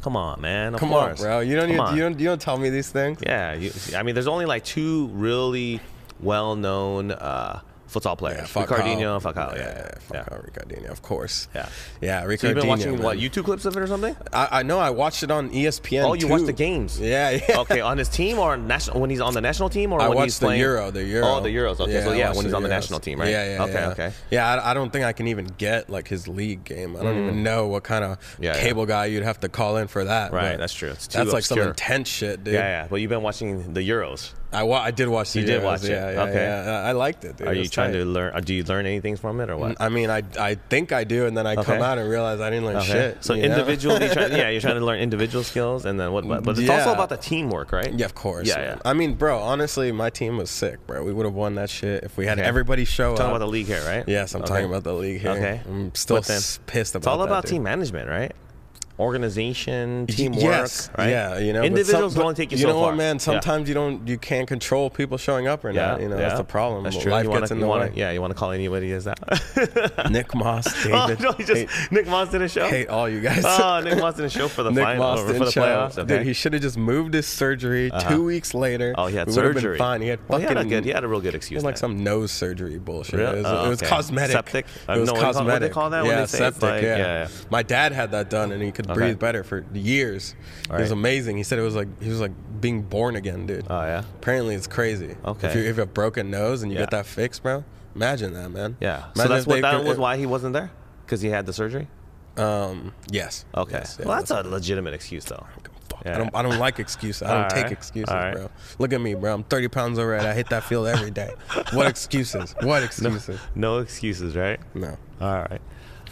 Speaker 2: Come on, man. Of
Speaker 3: Come
Speaker 2: course.
Speaker 3: on, bro. You don't,
Speaker 2: Come
Speaker 3: even,
Speaker 2: on.
Speaker 3: you don't you don't tell me these things.
Speaker 2: Yeah, you, I mean, there's only like two really well-known uh, futsal players: Ricardinho and Falcao.
Speaker 3: Yeah,
Speaker 2: Yeah,
Speaker 3: yeah, Falcao, Ricardinho, of course.
Speaker 2: Yeah.
Speaker 3: yeah, Ricardinho.
Speaker 2: So you've been watching
Speaker 3: man.
Speaker 2: what YouTube clips of it or something?
Speaker 3: I, I know. I watched it on E ESPN.
Speaker 2: Oh, you watched
Speaker 3: too.
Speaker 2: the games.
Speaker 3: Yeah, yeah.
Speaker 2: okay, on his team or on national when he's on the national team or
Speaker 3: I
Speaker 2: when
Speaker 3: watched
Speaker 2: he's
Speaker 3: the
Speaker 2: playing
Speaker 3: Euro, the Euro.
Speaker 2: Oh, the Euros. Okay, so
Speaker 3: I
Speaker 2: yeah,
Speaker 3: watched
Speaker 2: when he's on the
Speaker 3: Euros.
Speaker 2: national team, right?
Speaker 3: Yeah, yeah,
Speaker 2: Okay,
Speaker 3: yeah.
Speaker 2: okay.
Speaker 3: Yeah, I, I don't think I can even get like his league game. I don't even know what kind of
Speaker 2: Mm. Yeah, yeah.
Speaker 3: cable guy you'd have to call in for that.
Speaker 2: Right,
Speaker 3: but
Speaker 2: that's true. It's too
Speaker 3: that's like some
Speaker 2: obscure.
Speaker 3: intense shit, dude.
Speaker 2: Yeah, yeah. But you've been watching the Euros.
Speaker 3: I wa- I did watch the.
Speaker 2: You did
Speaker 3: Euros,
Speaker 2: watch it.
Speaker 3: Yeah, yeah,
Speaker 2: Okay.
Speaker 3: yeah. I I liked it. Dude.
Speaker 2: Are
Speaker 3: It
Speaker 2: you
Speaker 3: was
Speaker 2: trying
Speaker 3: tight. Mm,
Speaker 2: to learn? uh, Do you learn anything from it or what?
Speaker 3: I mean, I, I think I do, and then I come out and realize I didn't learn
Speaker 2: Okay.
Speaker 3: shit.
Speaker 2: So
Speaker 3: you know?
Speaker 2: individually, you're trying- yeah, you're trying to learn individual skills, and then what? But, but it's also
Speaker 3: Yeah.
Speaker 2: about the teamwork, right?
Speaker 3: Yeah, of course.
Speaker 2: Yeah,
Speaker 3: man.
Speaker 2: yeah.
Speaker 3: I mean, bro, honestly, my team was sick, bro. We would have won that shit if we had
Speaker 2: Okay.
Speaker 3: everybody show
Speaker 2: talking
Speaker 3: up.
Speaker 2: about the league here, right?
Speaker 3: yes, I'm
Speaker 2: Okay.
Speaker 3: talking about the league here.
Speaker 2: Okay.
Speaker 3: I'm still
Speaker 2: But then-
Speaker 3: s- pissed about
Speaker 2: It's all
Speaker 3: that,
Speaker 2: about
Speaker 3: dude.
Speaker 2: team management, right? Organization,
Speaker 3: Y-
Speaker 2: teamwork,
Speaker 3: yes,
Speaker 2: right?
Speaker 3: Yeah, you know, but
Speaker 2: individuals
Speaker 3: some-
Speaker 2: will only take you,
Speaker 3: You
Speaker 2: so
Speaker 3: know
Speaker 2: far.
Speaker 3: what, man?
Speaker 2: Yeah.
Speaker 3: Sometimes you don't, you can't control people showing up or
Speaker 2: Yeah,
Speaker 3: not. You know,
Speaker 2: yeah.
Speaker 3: that's the problem.
Speaker 2: That's true.
Speaker 3: Life
Speaker 2: you
Speaker 3: gets
Speaker 2: wanna,
Speaker 3: in
Speaker 2: you
Speaker 3: the
Speaker 2: wanna,
Speaker 3: way.
Speaker 2: Yeah, you want to call anybody as that?
Speaker 3: Nick Moss,
Speaker 2: oh,
Speaker 3: David,
Speaker 2: no, he just
Speaker 3: hate,
Speaker 2: Nick Moss didn't show.
Speaker 3: hate all you guys.
Speaker 2: oh, Nick Moss didn't show for the
Speaker 3: Nick
Speaker 2: final
Speaker 3: Moss
Speaker 2: for
Speaker 3: didn't
Speaker 2: the
Speaker 3: show.
Speaker 2: playoffs. Okay. Uh-huh.
Speaker 3: Dude, he should have just moved his surgery two weeks later.
Speaker 2: oh, he had
Speaker 3: we would've
Speaker 2: surgery.
Speaker 3: Been fine. He had fucking.
Speaker 2: Well, he had a good. He had a real good excuse.
Speaker 3: It was like
Speaker 2: then.
Speaker 3: some nose surgery bullshit.
Speaker 2: Really?
Speaker 3: It was,
Speaker 2: Oh,
Speaker 3: it was
Speaker 2: okay.
Speaker 3: cosmetic.
Speaker 2: Septic? I
Speaker 3: It was
Speaker 2: don't know what do you call-
Speaker 3: cosmetic.
Speaker 2: what do they call that when
Speaker 3: yeah,
Speaker 2: they say it's
Speaker 3: septic.
Speaker 2: like-
Speaker 3: yeah.
Speaker 2: yeah, yeah.
Speaker 3: My dad had that done, and he could could breathe better for years. It was
Speaker 2: right.
Speaker 3: amazing. He said it was like he was like being born again, dude.
Speaker 2: Oh, yeah?
Speaker 3: Apparently, it's crazy.
Speaker 2: Okay.
Speaker 3: If you, if you have a broken nose and you get
Speaker 2: Yeah.
Speaker 3: that fixed, bro, imagine that, man.
Speaker 2: Yeah. so
Speaker 3: Imagine
Speaker 2: that's
Speaker 3: if
Speaker 2: what
Speaker 3: they
Speaker 2: that
Speaker 3: could-
Speaker 2: was why he wasn't there because he had the surgery.
Speaker 3: Um. Yes.
Speaker 2: Okay.
Speaker 3: Yes, yeah,
Speaker 2: well, that's, a legitimate excuse though.
Speaker 3: Fuck,
Speaker 2: Yeah.
Speaker 3: I don't. I don't like excuses. I don't
Speaker 2: All
Speaker 3: take
Speaker 2: right.
Speaker 3: excuses,
Speaker 2: All right.
Speaker 3: bro. Look at me, bro. I'm 30 pounds overweight. I hit that field every day. What excuses? What excuses?
Speaker 2: No excuses, right?
Speaker 3: No.
Speaker 2: All right.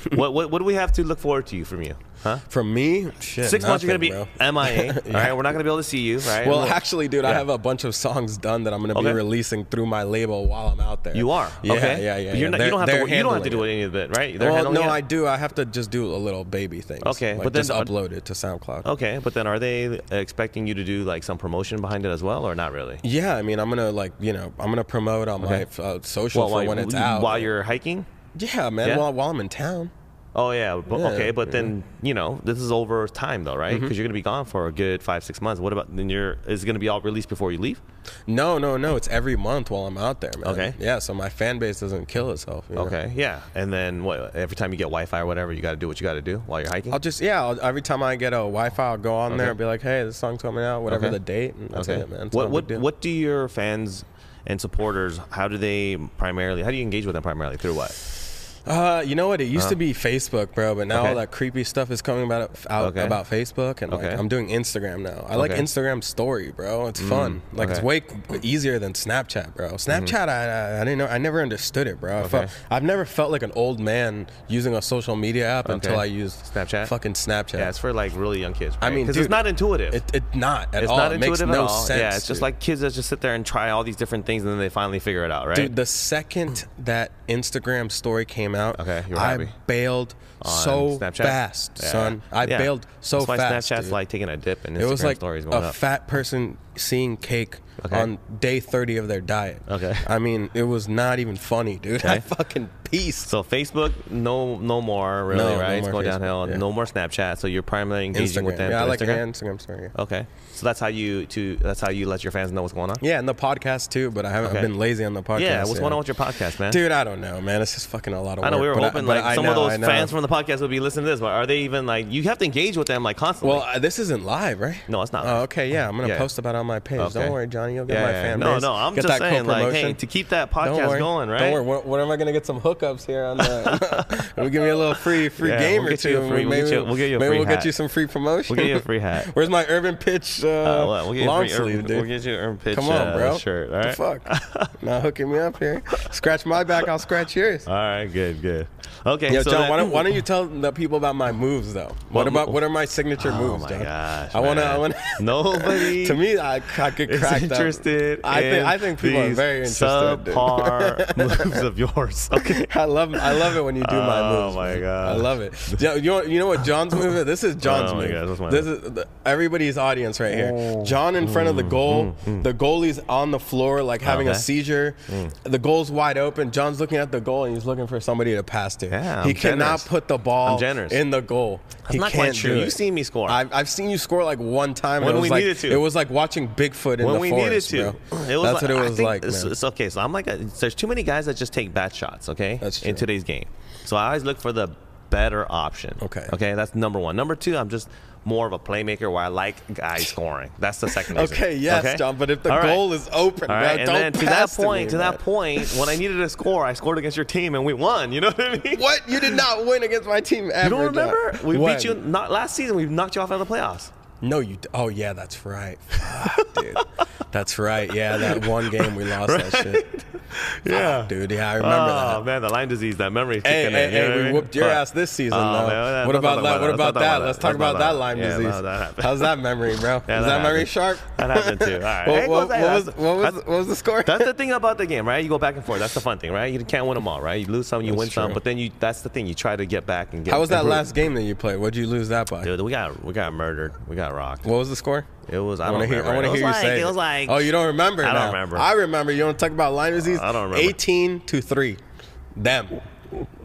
Speaker 2: what, what what do we have to look forward to you from you? Huh?
Speaker 3: From me, shit.
Speaker 2: 6 months you're gonna be
Speaker 3: nothing, bro.
Speaker 2: MIA. All right. We're not gonna be able to see you. Right.
Speaker 3: Well,
Speaker 2: We'll-
Speaker 3: actually, dude, I
Speaker 2: yeah.
Speaker 3: have a bunch of songs done that I'm gonna be
Speaker 2: Okay.
Speaker 3: releasing through my label while I'm out there.
Speaker 2: you are.
Speaker 3: Yeah,
Speaker 2: okay.
Speaker 3: yeah, yeah.
Speaker 2: But
Speaker 3: yeah.
Speaker 2: you're not,
Speaker 3: They're-
Speaker 2: you don't have to.
Speaker 3: they're
Speaker 2: You don't have to
Speaker 3: handling
Speaker 2: do
Speaker 3: it.
Speaker 2: any of it, right? They're
Speaker 3: Well,
Speaker 2: handling
Speaker 3: no,
Speaker 2: it?
Speaker 3: I do. I have to just do a little baby thing.
Speaker 2: Okay,
Speaker 3: like,
Speaker 2: but then- Oh.
Speaker 3: just upload it to SoundCloud.
Speaker 2: Okay, but then are they expecting you to do like some promotion behind it as well, or not really?
Speaker 3: Yeah, I mean, I'm gonna like you know, I'm gonna promote on my uh, social
Speaker 2: Well,
Speaker 3: for
Speaker 2: while,
Speaker 3: when
Speaker 2: you-
Speaker 3: it's out.
Speaker 2: while you're hiking.
Speaker 3: yeah, man.
Speaker 2: Yeah.
Speaker 3: While while I'm in town.
Speaker 2: Oh yeah, but,
Speaker 3: Yeah, Mm-hmm.
Speaker 2: okay, but then you know this is over time though, right? Because you're gonna be gone for a good five six months. What about then? You're is it gonna be all released before you leave?
Speaker 3: No, no, no. It's every month while I'm out there, man.
Speaker 2: Okay.
Speaker 3: Yeah, so my fan base doesn't kill itself. you know?
Speaker 2: Okay, yeah, and then what? Every time you get Wi-Fi or whatever, you got to do what you got to do while you're hiking.
Speaker 3: I'll just yeah. I'll, every time I get a Wi-Fi, I'll go on there and be like, "Hey, this song's coming out, whatever
Speaker 2: Okay.
Speaker 3: the date." And that's
Speaker 2: okay,
Speaker 3: it, man. It's
Speaker 2: What
Speaker 3: no
Speaker 2: what
Speaker 3: big deal.
Speaker 2: what do your fans and supporters? How do they primarily? How do you engage with them primarily through what?
Speaker 3: Uh, you know what? It used to be Facebook, bro, but now
Speaker 2: Uh-huh. Okay.
Speaker 3: all that creepy stuff is coming about out
Speaker 2: Okay.
Speaker 3: about Facebook, and
Speaker 2: Okay.
Speaker 3: like, I'm doing Instagram now. I like
Speaker 2: Okay. Mm,
Speaker 3: Instagram story, bro. It's fun. Like it's
Speaker 2: okay. Mm-hmm.
Speaker 3: way c- easier than Snapchat, bro. Snapchat, I, I I didn't know. I never understood it, bro. I felt, I've never felt like an old man using a social media app until
Speaker 2: Okay.
Speaker 3: I used
Speaker 2: Snapchat?
Speaker 3: fucking Snapchat.
Speaker 2: Yeah, it's for like really young kids.
Speaker 3: I
Speaker 2: right?
Speaker 3: mean,
Speaker 2: 'Cause
Speaker 3: dude,
Speaker 2: it's not intuitive.
Speaker 3: It, it not at
Speaker 2: it's
Speaker 3: all.
Speaker 2: not
Speaker 3: it makes
Speaker 2: intuitive at
Speaker 3: no
Speaker 2: all.
Speaker 3: sense.
Speaker 2: yeah, it's just
Speaker 3: dude.
Speaker 2: like kids that just sit there and try all these different things and then they finally figure it out, right?
Speaker 3: Dude, the second that Instagram story came out,
Speaker 2: Okay, you were
Speaker 3: I
Speaker 2: happy.
Speaker 3: bailed so
Speaker 2: Snapchat?
Speaker 3: fast,
Speaker 2: Yeah.
Speaker 3: son. I
Speaker 2: Yeah.
Speaker 3: bailed so
Speaker 2: That's why
Speaker 3: fast.
Speaker 2: Snapchat's
Speaker 3: dude.
Speaker 2: like taking a dip and Instagram
Speaker 3: it was like
Speaker 2: stories going
Speaker 3: a
Speaker 2: up.
Speaker 3: fat person seeing cake
Speaker 2: Okay.
Speaker 3: on day 30 of their diet.
Speaker 2: Okay.
Speaker 3: I mean, it was not even funny, dude. I
Speaker 2: Okay.
Speaker 3: fucking peace.
Speaker 2: so Facebook, no, no more really,
Speaker 3: No, no
Speaker 2: right? it's
Speaker 3: more
Speaker 2: going
Speaker 3: Facebook,
Speaker 2: downhill.
Speaker 3: yeah.
Speaker 2: No more Snapchat. So you're primarily engaging
Speaker 3: Instagram.
Speaker 2: with them.
Speaker 3: yeah, I
Speaker 2: through
Speaker 3: like
Speaker 2: Instagram?
Speaker 3: an Instagram story. Yeah.
Speaker 2: Okay, so that's how you to that's how you let your fans know what's going on.
Speaker 3: yeah, and the podcast too, but I haven't
Speaker 2: Okay.
Speaker 3: I've been lazy on the podcast.
Speaker 2: Yeah, what's going on with your podcast, man?
Speaker 3: Dude, I don't know, man. It's just fucking a lot of work.
Speaker 2: I know we were
Speaker 3: but
Speaker 2: hoping
Speaker 3: but
Speaker 2: like some of
Speaker 3: know, I
Speaker 2: those
Speaker 3: know.
Speaker 2: fans from the podcast would be listening to this, but are they even like you have to engage with them like constantly?
Speaker 3: Well, uh, this isn't live, right?
Speaker 2: No, it's not
Speaker 3: Oh,
Speaker 2: live.
Speaker 3: okay, yeah, I'm gonna
Speaker 2: Yeah.
Speaker 3: post about it on my page.
Speaker 2: Okay.
Speaker 3: Don't worry, Johnny. You'll get
Speaker 2: yeah,
Speaker 3: my
Speaker 2: yeah.
Speaker 3: fan
Speaker 2: no,
Speaker 3: base.
Speaker 2: no, I'm
Speaker 3: get
Speaker 2: just saying like hey,
Speaker 3: co-promotion.
Speaker 2: to keep that
Speaker 3: Don't
Speaker 2: podcast
Speaker 3: worry.
Speaker 2: going, right?
Speaker 3: Don't worry. When, when am I gonna get some hookups here on the? we give me a little free free
Speaker 2: Yeah,
Speaker 3: game
Speaker 2: we'll
Speaker 3: or
Speaker 2: get you
Speaker 3: two.
Speaker 2: a
Speaker 3: and
Speaker 2: free-
Speaker 3: we-
Speaker 2: we'll get
Speaker 3: maybe
Speaker 2: you- we'll get you a
Speaker 3: maybe
Speaker 2: free
Speaker 3: we'll
Speaker 2: hat.
Speaker 3: get you some free promotion.
Speaker 2: We'll get you a free hat.
Speaker 3: Where's my urban pitch uh,
Speaker 2: Uh, well, we'll get you a
Speaker 3: long
Speaker 2: free Urban-
Speaker 3: sleeve, dude?
Speaker 2: We'll get you an Urban Pitch
Speaker 3: Come on,
Speaker 2: uh,
Speaker 3: bro.
Speaker 2: shirt. All
Speaker 3: What
Speaker 2: right.
Speaker 3: The fuck. Not hooking me up here. Scratch my back, I'll scratch yours.
Speaker 2: All right. Good. Good. Okay.
Speaker 3: Yo,
Speaker 2: so
Speaker 3: John,
Speaker 2: then-
Speaker 3: why, don't, why don't you tell the people about my moves though? What,
Speaker 2: What
Speaker 3: about
Speaker 2: mo-
Speaker 3: what are my signature
Speaker 2: Oh
Speaker 3: moves,
Speaker 2: my
Speaker 3: John?
Speaker 2: gosh.
Speaker 3: I wanna,
Speaker 2: man.
Speaker 3: I wanna.
Speaker 2: Nobody.
Speaker 3: to me, I, I could
Speaker 2: is
Speaker 3: crack that.
Speaker 2: interested.
Speaker 3: I think
Speaker 2: in
Speaker 3: I think people are
Speaker 2: these
Speaker 3: very interested. dude.
Speaker 2: Subpar moves of yours. Okay.
Speaker 3: I love I love it when you do my
Speaker 2: Oh
Speaker 3: moves.
Speaker 2: my
Speaker 3: man.
Speaker 2: God.
Speaker 3: I love it. Yo, you know, you know what John's move is? This is John's
Speaker 2: Oh my
Speaker 3: move.
Speaker 2: God, that's my Oh.
Speaker 3: this is the, everybody's audience right here. John in front of the
Speaker 2: Mm,
Speaker 3: goal. The goalie's on the floor like having a
Speaker 2: Okay.
Speaker 3: seizure.
Speaker 2: Mm.
Speaker 3: The goal's wide open. John's looking at the goal and he's looking for somebody to pass to.
Speaker 2: Yeah,
Speaker 3: he
Speaker 2: I'm
Speaker 3: cannot
Speaker 2: generous.
Speaker 3: put the ball
Speaker 2: I'm generous.
Speaker 3: in the goal. he
Speaker 2: not quite
Speaker 3: can't
Speaker 2: sure.
Speaker 3: do
Speaker 2: You've
Speaker 3: it.
Speaker 2: seen me score.
Speaker 3: I've, I've seen you score like one time. and
Speaker 2: When
Speaker 3: it was
Speaker 2: we
Speaker 3: like,
Speaker 2: needed to.
Speaker 3: It was like watching Bigfoot in
Speaker 2: When
Speaker 3: the
Speaker 2: we
Speaker 3: forest.
Speaker 2: needed to,
Speaker 3: bro.
Speaker 2: it was
Speaker 3: That's what it
Speaker 2: I
Speaker 3: was
Speaker 2: think
Speaker 3: like.
Speaker 2: It's,
Speaker 3: man.
Speaker 2: it's okay. So I'm like, a, there's too many guys that just take bad shots. Okay,
Speaker 3: That's
Speaker 2: in
Speaker 3: true.
Speaker 2: today's game. So I always look for the better option.
Speaker 3: Okay.
Speaker 2: Okay, that's number one. Number two, I'm just more of a playmaker where I like guys scoring. That's the second. reason.
Speaker 3: Okay, yes,
Speaker 2: Okay?
Speaker 3: John, but if the
Speaker 2: All right.
Speaker 3: goal is open,
Speaker 2: All
Speaker 3: bro,
Speaker 2: right, and
Speaker 3: don't
Speaker 2: then to that
Speaker 3: pass
Speaker 2: point,
Speaker 3: me,
Speaker 2: to that
Speaker 3: bro.
Speaker 2: point, when I needed to score, I scored against your team and we won. You know what I mean?
Speaker 3: What? You did not win against my team ever.
Speaker 2: You don't
Speaker 3: John.
Speaker 2: remember? We
Speaker 3: When?
Speaker 2: beat you not last season. We knocked you off out of the playoffs.
Speaker 3: No, you. D- oh yeah, that's right. Fuck, dude. That's right. Yeah, that one game we lost that shit.
Speaker 2: Yeah,
Speaker 3: Dude, yeah, I remember
Speaker 2: oh,
Speaker 3: that.
Speaker 2: Ah, man, the Lyme disease, that memory.
Speaker 3: Hey, hey, hey, we whooped your ass this season,
Speaker 2: Oh,
Speaker 3: though. what about that? What about that? Let's talk about that Lyme disease. How's that memory, bro? Is
Speaker 2: Yeah,
Speaker 3: that,
Speaker 2: that
Speaker 3: memory
Speaker 2: happened.
Speaker 3: sharp?
Speaker 2: That happened too. All right.
Speaker 3: What,
Speaker 2: Hey,
Speaker 3: what-
Speaker 2: goes-
Speaker 3: what
Speaker 2: hey,
Speaker 3: was
Speaker 2: that's-
Speaker 3: what was
Speaker 2: that's-
Speaker 3: what was the score?
Speaker 2: That's the thing about the game, right? You go back and forth. That's the fun thing, right? You can't win them all, right? You lose some, you
Speaker 3: That's
Speaker 2: win some,
Speaker 3: true.
Speaker 2: but then you—that's the thing. You try to get back and get.
Speaker 3: How was that
Speaker 2: improve.
Speaker 3: last game that you played? What'd you lose that by?
Speaker 2: Dude, we got we got murdered. We got rocked.
Speaker 3: What was the score?
Speaker 2: It was. I,
Speaker 3: I
Speaker 2: don't
Speaker 3: want to hear.
Speaker 2: remember.
Speaker 3: I want
Speaker 2: It
Speaker 3: to
Speaker 2: was
Speaker 3: hear you
Speaker 2: like-
Speaker 3: say.
Speaker 2: It was like.
Speaker 3: oh, you don't remember?
Speaker 2: I don't
Speaker 3: now.
Speaker 2: remember.
Speaker 3: I remember. You want to talk about Lyme disease?
Speaker 2: I don't remember.
Speaker 3: Eighteen to three, them.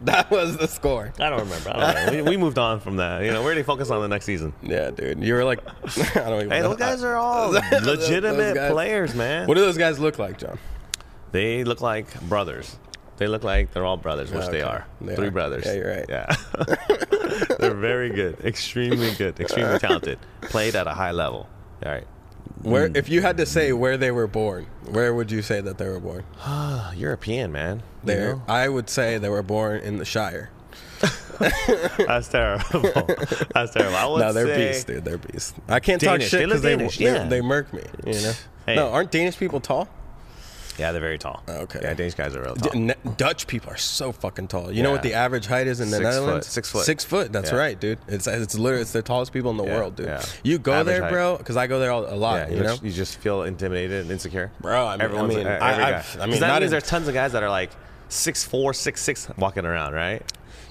Speaker 3: That was the score.
Speaker 2: I don't remember. I don't know. we, we moved on from that. You know, we're already focused on the next season.
Speaker 3: Yeah, dude. You were like, I don't even.
Speaker 2: Hey,
Speaker 3: know.
Speaker 2: those guys are all
Speaker 3: Those- those
Speaker 2: legitimate
Speaker 3: guys-
Speaker 2: players, man.
Speaker 3: What do those guys look like, John?
Speaker 2: They look like brothers. They look like they're all brothers, which they
Speaker 3: Okay.
Speaker 2: are.
Speaker 3: They
Speaker 2: Three
Speaker 3: are.
Speaker 2: brothers.
Speaker 3: Yeah, you're right.
Speaker 2: Yeah. They're very good, extremely good, extremely talented. Played at a high level. All right,
Speaker 3: Where, if you had to say where they were born, where would you say that they were born?
Speaker 2: Ah, European man.
Speaker 3: They,
Speaker 2: There,
Speaker 3: I would say they were born in the Shire.
Speaker 2: that's terrible. That's terrible. I would
Speaker 3: No, they're
Speaker 2: say-
Speaker 3: beasts, dude. They're beasts. I can't talk
Speaker 2: Danish.
Speaker 3: shit
Speaker 2: They look
Speaker 3: because they,
Speaker 2: Danish,
Speaker 3: they,
Speaker 2: yeah.
Speaker 3: they murk me. You know.
Speaker 2: Hey.
Speaker 3: No, aren't Danish people tall?
Speaker 2: Yeah, they're very tall.
Speaker 3: Okay.
Speaker 2: Yeah, Danish guys are real
Speaker 3: D-
Speaker 2: tall.
Speaker 3: ne- Dutch people are so fucking tall. You know what
Speaker 2: Oh. Yeah.
Speaker 3: the average height is in the
Speaker 2: Six foot.
Speaker 3: Netherlands?
Speaker 2: Six foot.
Speaker 3: Six foot. That's
Speaker 2: Yeah.
Speaker 3: right, dude. It's it's literally it's the tallest people in the
Speaker 2: Yeah,
Speaker 3: world, dude.
Speaker 2: yeah.
Speaker 3: You go
Speaker 2: Average
Speaker 3: there,
Speaker 2: height.
Speaker 3: bro, because I go there all, a
Speaker 2: Yeah,
Speaker 3: lot.
Speaker 2: you,
Speaker 3: you know.
Speaker 2: just, you just feel intimidated and insecure,
Speaker 3: Bro, I mean- I
Speaker 2: Everyone's-
Speaker 3: mean,
Speaker 2: uh, every
Speaker 3: I-
Speaker 2: guy.
Speaker 3: I've- I
Speaker 2: 'Cause
Speaker 3: mean,
Speaker 2: that
Speaker 3: not
Speaker 2: means
Speaker 3: in-
Speaker 2: there's tons of guys that are like six four, six six, walking around, right?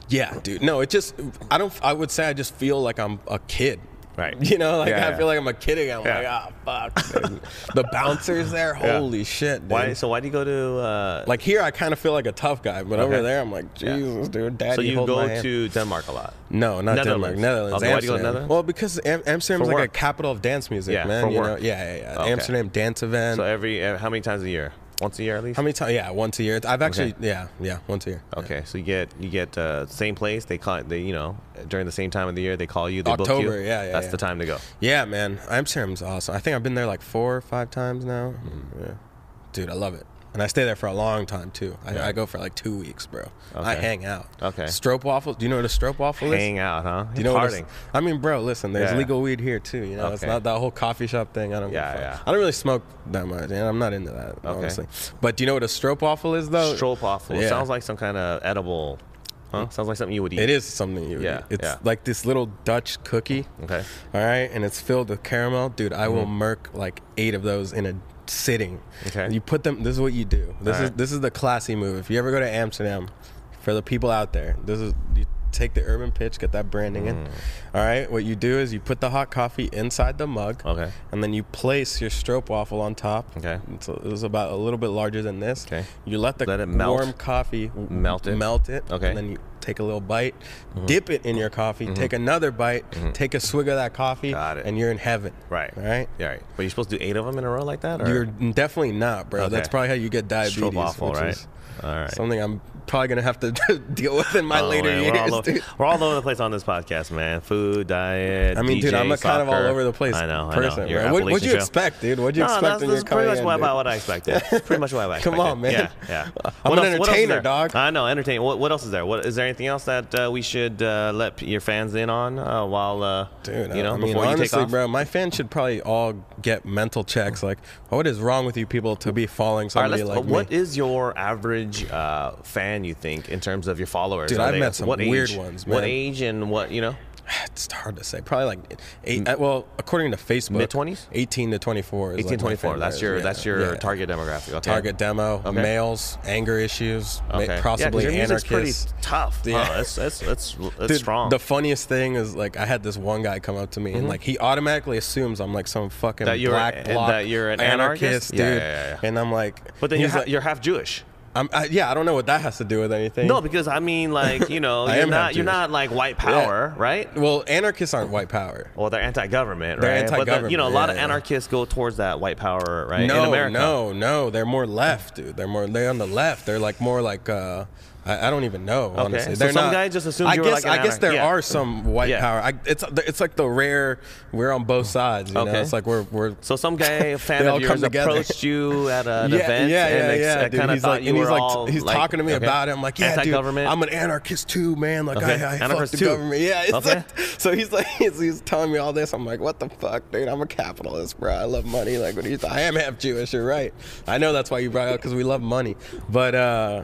Speaker 3: Yeah, dude. No, it just I don't. I would say I just feel like I'm a kid.
Speaker 2: Right.
Speaker 3: You know, like
Speaker 2: Yeah,
Speaker 3: I
Speaker 2: yeah.
Speaker 3: feel like I'm a kid again. I'm
Speaker 2: Yeah.
Speaker 3: like, ah, fuck. dude. the bouncers there,
Speaker 2: Yeah.
Speaker 3: holy shit, dude.
Speaker 2: Why? So why do you go to? Uh,
Speaker 3: like here, I kind of feel like a tough guy, but over
Speaker 2: Okay.
Speaker 3: there, I'm like,
Speaker 2: Yeah.
Speaker 3: Jesus, dude, daddy,
Speaker 2: so you
Speaker 3: hold my
Speaker 2: go
Speaker 3: hand.
Speaker 2: to Denmark a lot.
Speaker 3: No, not Denmark.
Speaker 2: Netherlands.
Speaker 3: Netherlands.
Speaker 2: Okay, why do you go
Speaker 3: Amsterdam.
Speaker 2: to Netherlands?
Speaker 3: Well, because Am- Amsterdam's
Speaker 2: For
Speaker 3: like
Speaker 2: work.
Speaker 3: a capital of dance music,
Speaker 2: Yeah,
Speaker 3: man.
Speaker 2: for
Speaker 3: you know?
Speaker 2: work.
Speaker 3: Yeah, yeah, yeah.
Speaker 2: Okay.
Speaker 3: Amsterdam dance event.
Speaker 2: So every uh, how many times a year? Once a year at least.
Speaker 3: How many times? Yeah, once a year. I've actually, yeah, yeah, once a year.
Speaker 2: Okay, so you get you get uh, same place. They call they you know during the same time of the year they call you. They book you.
Speaker 3: October, yeah, yeah,
Speaker 2: That's
Speaker 3: yeah.
Speaker 2: the time to go.
Speaker 3: Yeah, man. Amsterdam's awesome. I think I've been there like four or five times now.
Speaker 2: Hmm.
Speaker 3: Yeah. Dude, I love it. And I stay there for a long time too. I, I go for like two weeks, bro. I
Speaker 2: Okay.
Speaker 3: hang out.
Speaker 2: Okay.
Speaker 3: Stroop waffles. Do you know what a stroop waffle is?
Speaker 2: Hang out, huh?
Speaker 3: Do you know what a-
Speaker 2: partying?
Speaker 3: I mean, bro, listen, there's
Speaker 2: Yeah.
Speaker 3: legal weed here too. You know, it's
Speaker 2: Okay.
Speaker 3: not that whole coffee shop thing. I don't give a
Speaker 2: Yeah,
Speaker 3: fuck.
Speaker 2: yeah.
Speaker 3: I don't really smoke that much, and I'm not into that, honestly. But do you know what a stroop waffle is though?
Speaker 2: Stroopwafel.
Speaker 3: Oh, Yeah. Mm.
Speaker 2: It sounds like some kind of edible. Huh? Sounds like something you would eat.
Speaker 3: It is something you would
Speaker 2: Yeah,
Speaker 3: eat. It's
Speaker 2: yeah.
Speaker 3: like this little Dutch cookie.
Speaker 2: Okay.
Speaker 3: All right, and it's filled with caramel, dude. I
Speaker 2: Mm-hmm.
Speaker 3: will murk like eight of those in a sitting.
Speaker 2: Okay.
Speaker 3: You put them. This is what you do. This
Speaker 2: All
Speaker 3: is
Speaker 2: right.
Speaker 3: this is the classy move. If you ever go to Amsterdam, for the people out there, this is you take the urban pitch, get that branding in.
Speaker 2: Mm.
Speaker 3: All right, what you do is you put the hot coffee inside the mug.
Speaker 2: Okay.
Speaker 3: And then you place your stroop waffle on top.
Speaker 2: Okay.
Speaker 3: It's, a, it's about a little bit larger than this.
Speaker 2: Okay.
Speaker 3: You let the
Speaker 2: Let it melt.
Speaker 3: warm coffee w-
Speaker 2: Melt it.
Speaker 3: Melt it.
Speaker 2: Okay. Mm-hmm.
Speaker 3: And then you take a little bite, dip it in your coffee, take another bite, take a swig of that coffee,
Speaker 2: Got it.
Speaker 3: and you're in heaven.
Speaker 2: Right.
Speaker 3: All right.
Speaker 2: Yeah, right. But you're supposed to do eight of them in a row like that, or
Speaker 3: You're definitely not, bro.
Speaker 2: Okay.
Speaker 3: That's probably how you get diabetes.
Speaker 2: Stroopwafel,
Speaker 3: which
Speaker 2: right?
Speaker 3: is
Speaker 2: All right.
Speaker 3: Something I'm probably gonna have to deal with in my
Speaker 2: Oh,
Speaker 3: later
Speaker 2: man,
Speaker 3: years,
Speaker 2: We're all, over,
Speaker 3: dude.
Speaker 2: we're all over the place on this podcast, man. Food, diet.
Speaker 3: I mean, dude,
Speaker 2: DJ,
Speaker 3: I'm a kind of all
Speaker 2: soccer.
Speaker 3: over the place
Speaker 2: I know.
Speaker 3: person.
Speaker 2: I know. You're
Speaker 3: bro. What, what'd
Speaker 2: Appalachian
Speaker 3: you
Speaker 2: Trail.
Speaker 3: expect, dude? What'd you
Speaker 2: no,
Speaker 3: expect
Speaker 2: that's,
Speaker 3: when
Speaker 2: that's
Speaker 3: you're
Speaker 2: pretty
Speaker 3: coming
Speaker 2: much
Speaker 3: in,
Speaker 2: what,
Speaker 3: dude?
Speaker 2: about what I expected. That's pretty much what I expected.
Speaker 3: Come on, man.
Speaker 2: Yeah, yeah.
Speaker 3: I'm
Speaker 2: What else- what
Speaker 3: an
Speaker 2: else is
Speaker 3: entertainer,
Speaker 2: there?
Speaker 3: dog.
Speaker 2: I know, entertaining. What, what else is there? What is there anything else that uh, we should uh, let p- your fans in on uh, while uh,
Speaker 3: Dude,
Speaker 2: you know
Speaker 3: I mean,
Speaker 2: before
Speaker 3: honestly,
Speaker 2: you take off?
Speaker 3: bro, my fans should probably all get mental checks. Like, what is wrong with you people to be following
Speaker 2: All right,
Speaker 3: somebody
Speaker 2: let's-
Speaker 3: like
Speaker 2: what
Speaker 3: me?
Speaker 2: is your average uh, fan? You think in terms of your followers?
Speaker 3: Dude,
Speaker 2: Are
Speaker 3: I've
Speaker 2: they-
Speaker 3: met some
Speaker 2: what
Speaker 3: weird
Speaker 2: age?
Speaker 3: ones,
Speaker 2: What
Speaker 3: man.
Speaker 2: age and what you know?
Speaker 3: It's hard to say. Probably like eight. uh, Well, according to Facebook,
Speaker 2: Mid-twenties?
Speaker 3: eighteen to twenty-four. Is like my
Speaker 2: 18, 24.
Speaker 3: fan
Speaker 2: That's
Speaker 3: base.
Speaker 2: your
Speaker 3: Yeah,
Speaker 2: that's your
Speaker 3: yeah.
Speaker 2: target demographic. Okay.
Speaker 3: target demo. Males, anger issues, ma-
Speaker 2: Okay.
Speaker 3: possibly
Speaker 2: yeah, 'cause your music's
Speaker 3: anarchists.
Speaker 2: pretty tough. huh?
Speaker 3: Yeah.
Speaker 2: That's that's that's, that's
Speaker 3: Dude,
Speaker 2: strong. Mm-hmm.
Speaker 3: The funniest thing is like I had this one guy come up to me and like he automatically assumes I'm like some fucking
Speaker 2: That you're
Speaker 3: black
Speaker 2: a-
Speaker 3: bloc
Speaker 2: that you're an anarchist?
Speaker 3: dude.
Speaker 2: Yeah, yeah, yeah, yeah.
Speaker 3: And I'm like,
Speaker 2: but then you're,
Speaker 3: he's
Speaker 2: ha-
Speaker 3: like-
Speaker 2: you're half Jewish.
Speaker 3: I'm, I, yeah, I don't know what that has to do with anything.
Speaker 2: No, because I mean, like you know,
Speaker 3: I
Speaker 2: you're
Speaker 3: am half
Speaker 2: not you're
Speaker 3: Jewish.
Speaker 2: not like white power, right?
Speaker 3: well, anarchists aren't white power.
Speaker 2: Well, they're anti-government,
Speaker 3: They're
Speaker 2: right? But the- you know, a
Speaker 3: anti-government,
Speaker 2: lot
Speaker 3: yeah,
Speaker 2: of
Speaker 3: yeah.
Speaker 2: anarchists go towards that white power, right?
Speaker 3: No,
Speaker 2: in America.
Speaker 3: no, no. They're more left, dude. They're more. They're on the left. They're like more like. Uh, I, I don't even know. Honestly,
Speaker 2: so
Speaker 3: they're
Speaker 2: some
Speaker 3: not-
Speaker 2: guy just assumed
Speaker 3: I
Speaker 2: you were
Speaker 3: guess.
Speaker 2: like an
Speaker 3: I guess
Speaker 2: anarch-
Speaker 3: there
Speaker 2: yeah.
Speaker 3: are some white
Speaker 2: Yeah.
Speaker 3: power. I, it's it's like the rare. We're on both sides. You
Speaker 2: Okay.
Speaker 3: know, it's like we're we're.
Speaker 2: So some guy fan
Speaker 3: They all
Speaker 2: of
Speaker 3: come
Speaker 2: yours
Speaker 3: together.
Speaker 2: approached you at an event, and ex- uh,
Speaker 3: dude.
Speaker 2: kind of
Speaker 3: he's
Speaker 2: thought
Speaker 3: like,
Speaker 2: you
Speaker 3: and
Speaker 2: were
Speaker 3: he's like,
Speaker 2: all
Speaker 3: he's
Speaker 2: like-
Speaker 3: talking to me
Speaker 2: okay.
Speaker 3: about it. I'm like, yeah,
Speaker 2: Anti-government?
Speaker 3: dude, I'm an anarchist too, man. Like,
Speaker 2: Okay.
Speaker 3: I, I fuck
Speaker 2: Anarchist
Speaker 3: the
Speaker 2: too.
Speaker 3: government. Yeah, it's
Speaker 2: Okay.
Speaker 3: like, so he's like, he's, he's telling me all this. I'm like, what the fuck, dude? I'm a capitalist, bro. I love money. Like, what do you? Th- I am half Jewish. You're right. I know that's why you brought it up because we love money. But uh,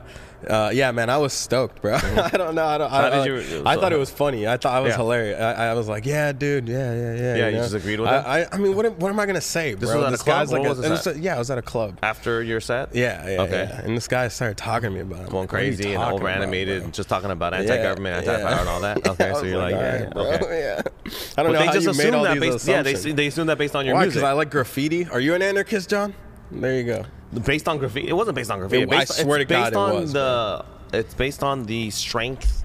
Speaker 3: uh, yeah, man, I was stoked, bro. I don't know. I don't. I,
Speaker 2: How
Speaker 3: I,
Speaker 2: did you-
Speaker 3: I thought it was funny. I thought I was
Speaker 2: Yeah.
Speaker 3: hilarious. I, I was like, yeah, dude. Yeah, yeah, yeah.
Speaker 2: Yeah, you just agreed with
Speaker 3: I,
Speaker 2: him?
Speaker 3: I, I mean, what am, what am I gonna say, bro?
Speaker 2: was at a club?
Speaker 3: guy's
Speaker 2: Where
Speaker 3: like
Speaker 2: was this
Speaker 3: and it's
Speaker 2: at?
Speaker 3: a- yeah, I was at a club.
Speaker 2: after your set.
Speaker 3: Yeah, yeah.
Speaker 2: Okay.
Speaker 3: yeah. And this guy started talking to me about it. I'm
Speaker 2: going
Speaker 3: like, "What are you
Speaker 2: crazy and
Speaker 3: talking
Speaker 2: over animated
Speaker 3: about,
Speaker 2: and just talking about anti-government,
Speaker 3: yeah.
Speaker 2: anti-power, and all that. Okay,
Speaker 3: bro?" I
Speaker 2: so
Speaker 3: was
Speaker 2: you're like,
Speaker 3: "All
Speaker 2: yeah,
Speaker 3: right,
Speaker 2: yeah,
Speaker 3: bro,
Speaker 2: okay.
Speaker 3: yeah. I don't
Speaker 2: But
Speaker 3: know
Speaker 2: they
Speaker 3: how
Speaker 2: just
Speaker 3: you made
Speaker 2: assume
Speaker 3: all
Speaker 2: that
Speaker 3: these
Speaker 2: based, yeah, they,
Speaker 3: assumptions.
Speaker 2: they assume that based on your
Speaker 3: Why? Because
Speaker 2: music,
Speaker 3: I like graffiti. Are you an anarchist, John? There you go.
Speaker 2: based on graffiti. It wasn't based on graffiti.
Speaker 3: It- I
Speaker 2: based,
Speaker 3: swear
Speaker 2: it's
Speaker 3: to God
Speaker 2: based
Speaker 3: it
Speaker 2: on
Speaker 3: was,
Speaker 2: the. It's based on the strength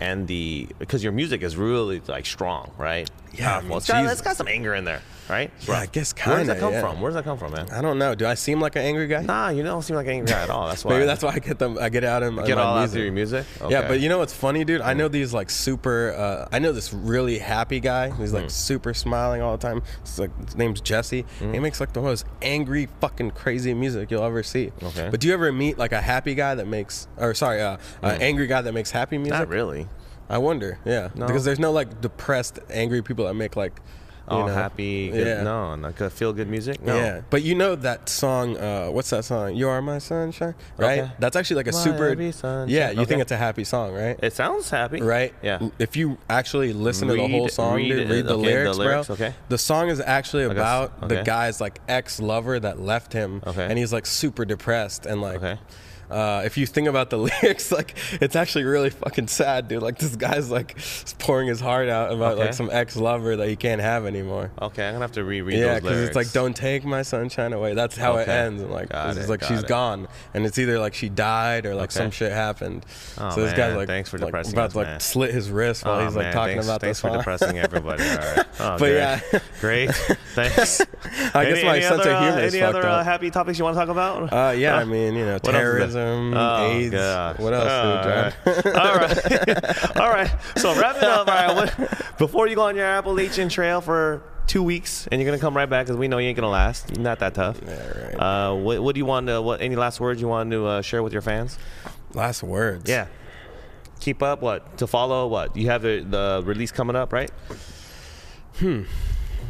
Speaker 2: and the because your music is really like strong, right?
Speaker 3: Yeah, I
Speaker 2: Powerful.
Speaker 3: mean,
Speaker 2: it's, got,
Speaker 3: Jesus.
Speaker 2: it's got some anger in there. right?
Speaker 3: Yeah, I guess
Speaker 2: Where does
Speaker 3: kinda,
Speaker 2: that come
Speaker 3: yeah.
Speaker 2: from? Where does that come from, man?
Speaker 3: I don't know. Do I seem like an angry guy?
Speaker 2: Nah, you don't seem like an angry guy at all. That's why.
Speaker 3: Maybe that's why I get them. I get out in my,
Speaker 2: Get
Speaker 3: my
Speaker 2: all out
Speaker 3: music.
Speaker 2: through your music.
Speaker 3: Yeah, but you know what's funny, dude? I
Speaker 2: Mm.
Speaker 3: know these like super. Uh, I know this really happy guy who's
Speaker 2: Mm.
Speaker 3: like super smiling all the time. It's like his name's Jesse.
Speaker 2: Mm.
Speaker 3: He makes like the most angry, fucking crazy music you'll ever see.
Speaker 2: Okay.
Speaker 3: But do you ever meet like a happy guy that makes, or sorry, uh, an angry guy that makes happy music?
Speaker 2: Mm. not really.
Speaker 3: I wonder. Yeah.
Speaker 2: No.
Speaker 3: Because there's no like depressed, angry people that make like. you
Speaker 2: All
Speaker 3: know-
Speaker 2: Oh, happy. Good,
Speaker 3: yeah.
Speaker 2: No, not good, feel good music. No.
Speaker 3: Yeah, but you know that song? Uh, what's that song? You are my sunshine, right?
Speaker 2: Okay.
Speaker 3: That's actually like a
Speaker 2: My
Speaker 3: super.
Speaker 2: happy sunshine.
Speaker 3: Yeah, you
Speaker 2: Okay.
Speaker 3: think it's a happy song, right?
Speaker 2: It sounds happy.
Speaker 3: right?
Speaker 2: Yeah.
Speaker 3: L- If you actually listen to the whole
Speaker 2: Read-
Speaker 3: song,
Speaker 2: read
Speaker 3: dude,
Speaker 2: it.
Speaker 3: read the,
Speaker 2: Okay, the
Speaker 3: lyrics,
Speaker 2: lyrics,
Speaker 3: bro.
Speaker 2: okay.
Speaker 3: The song is actually
Speaker 2: guess-
Speaker 3: about
Speaker 2: okay.
Speaker 3: the guy's like ex-lover that left him,
Speaker 2: Okay.
Speaker 3: and he's like super depressed and like.
Speaker 2: Okay.
Speaker 3: Uh, if you think about the lyrics, like it's actually really fucking sad, dude. Like this guy's like pouring his heart out about
Speaker 2: Okay.
Speaker 3: like some ex-lover that he can't have anymore.
Speaker 2: Okay, I'm gonna have to reread
Speaker 3: Yeah,
Speaker 2: those lyrics.
Speaker 3: because it's like "Don't take my sunshine away." That's how it
Speaker 2: Okay.
Speaker 3: ends. And like,
Speaker 2: Got
Speaker 3: it's
Speaker 2: it,
Speaker 3: like
Speaker 2: got
Speaker 3: she's
Speaker 2: it.
Speaker 3: gone, and it's either like she died or like
Speaker 2: Okay.
Speaker 3: some shit happened.
Speaker 2: Oh,
Speaker 3: so this
Speaker 2: man,
Speaker 3: guy's like,
Speaker 2: thanks for
Speaker 3: like,
Speaker 2: depressing
Speaker 3: about
Speaker 2: us,
Speaker 3: to like
Speaker 2: man.
Speaker 3: slit his wrist while
Speaker 2: Oh,
Speaker 3: he's like
Speaker 2: man,
Speaker 3: talking
Speaker 2: thanks,
Speaker 3: about
Speaker 2: thanks
Speaker 3: this
Speaker 2: for
Speaker 3: song.
Speaker 2: depressing everybody. All right. Oh,
Speaker 3: But
Speaker 2: great.
Speaker 3: yeah.
Speaker 2: great. Thanks.
Speaker 3: I guess my sense of humor is
Speaker 2: Any
Speaker 3: fucked
Speaker 2: other uh,
Speaker 3: up.
Speaker 2: happy topics you want to talk about?
Speaker 3: Uh, yeah, I mean, you know,
Speaker 2: What else is there?
Speaker 3: terrorism,
Speaker 2: Oh,
Speaker 3: AIDS.
Speaker 2: gosh. Oh,
Speaker 3: What else, dude, John?
Speaker 2: All right. all right. all right. So wrap it up. All right. What, before you go on your Appalachian Trail for two weeks, and you're gonna come right back because we know you ain't gonna last. You're not that tough.
Speaker 3: Yeah,
Speaker 2: Uh, what, what do you want to? What any last words you want to uh, share with your fans?
Speaker 3: Last words.
Speaker 2: Yeah. Keep up. What to follow? What you have the, the release coming up, right?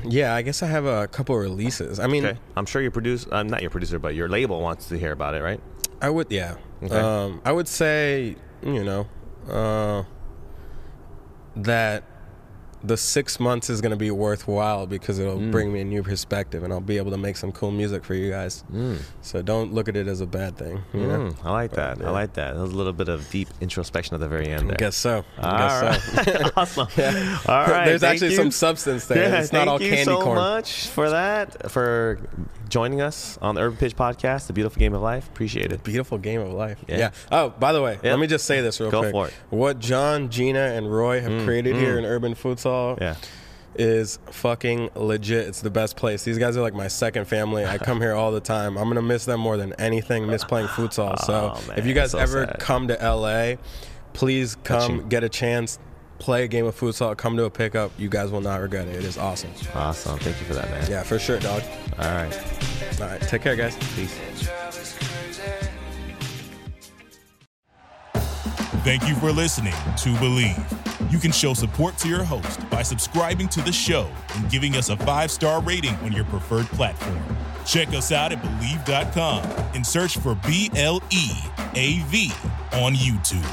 Speaker 3: yeah. I guess I have a couple releases. I mean,
Speaker 2: Okay. I'm sure your producer, uh, not your producer, but your label wants to hear about it, right?
Speaker 3: I would, yeah.
Speaker 2: Okay.
Speaker 3: Um, I would say, you know, uh, that the six months is going to be worthwhile because it'll
Speaker 2: Mm.
Speaker 3: bring me a new perspective and I'll be able to make some cool music for you guys. So don't look at it as a bad thing. You know?
Speaker 2: Mm, I like that. I like that. That was a little bit of deep introspection at the very end there.
Speaker 3: Guess so.
Speaker 2: All
Speaker 3: Guess so.
Speaker 2: right. awesome. All right.
Speaker 3: There's
Speaker 2: Thank
Speaker 3: actually
Speaker 2: you.
Speaker 3: some substance there.
Speaker 2: Yeah,
Speaker 3: it's not
Speaker 2: thank
Speaker 3: all
Speaker 2: you
Speaker 3: candy
Speaker 2: so
Speaker 3: corn.
Speaker 2: much for that, for joining us on the Urban Pitch Podcast, The Beautiful Game of Life. Appreciate it.
Speaker 3: Beautiful game of life.
Speaker 2: Yeah.
Speaker 3: Yeah. Oh, by the way, let me just say this real
Speaker 2: Go
Speaker 3: quick.
Speaker 2: for it. Mm,
Speaker 3: What John, Gina, and Roy have created here in Urban Futsal
Speaker 2: Yeah.
Speaker 3: is fucking legit. It's the best place. These guys are like my second family. I come here all the time. I'm gonna miss them more than anything. Miss playing futsal. So
Speaker 2: Oh, man,
Speaker 3: if you guys
Speaker 2: so
Speaker 3: ever
Speaker 2: sad.
Speaker 3: come to LA, please come
Speaker 2: Touching.
Speaker 3: get a chance. Play a game of futsal. Come to a pickup. You guys will not regret it. It is awesome.
Speaker 2: Awesome. Thank you for that, man.
Speaker 3: Yeah, for sure, dog.
Speaker 2: All right.
Speaker 3: All right, take care, guys.
Speaker 2: Peace.
Speaker 1: Thank you for listening to Believe. You can show support to your host by subscribing to the show and giving us a five star rating on your preferred platform. Check us out at Believe.com and search for B L E A V on YouTube.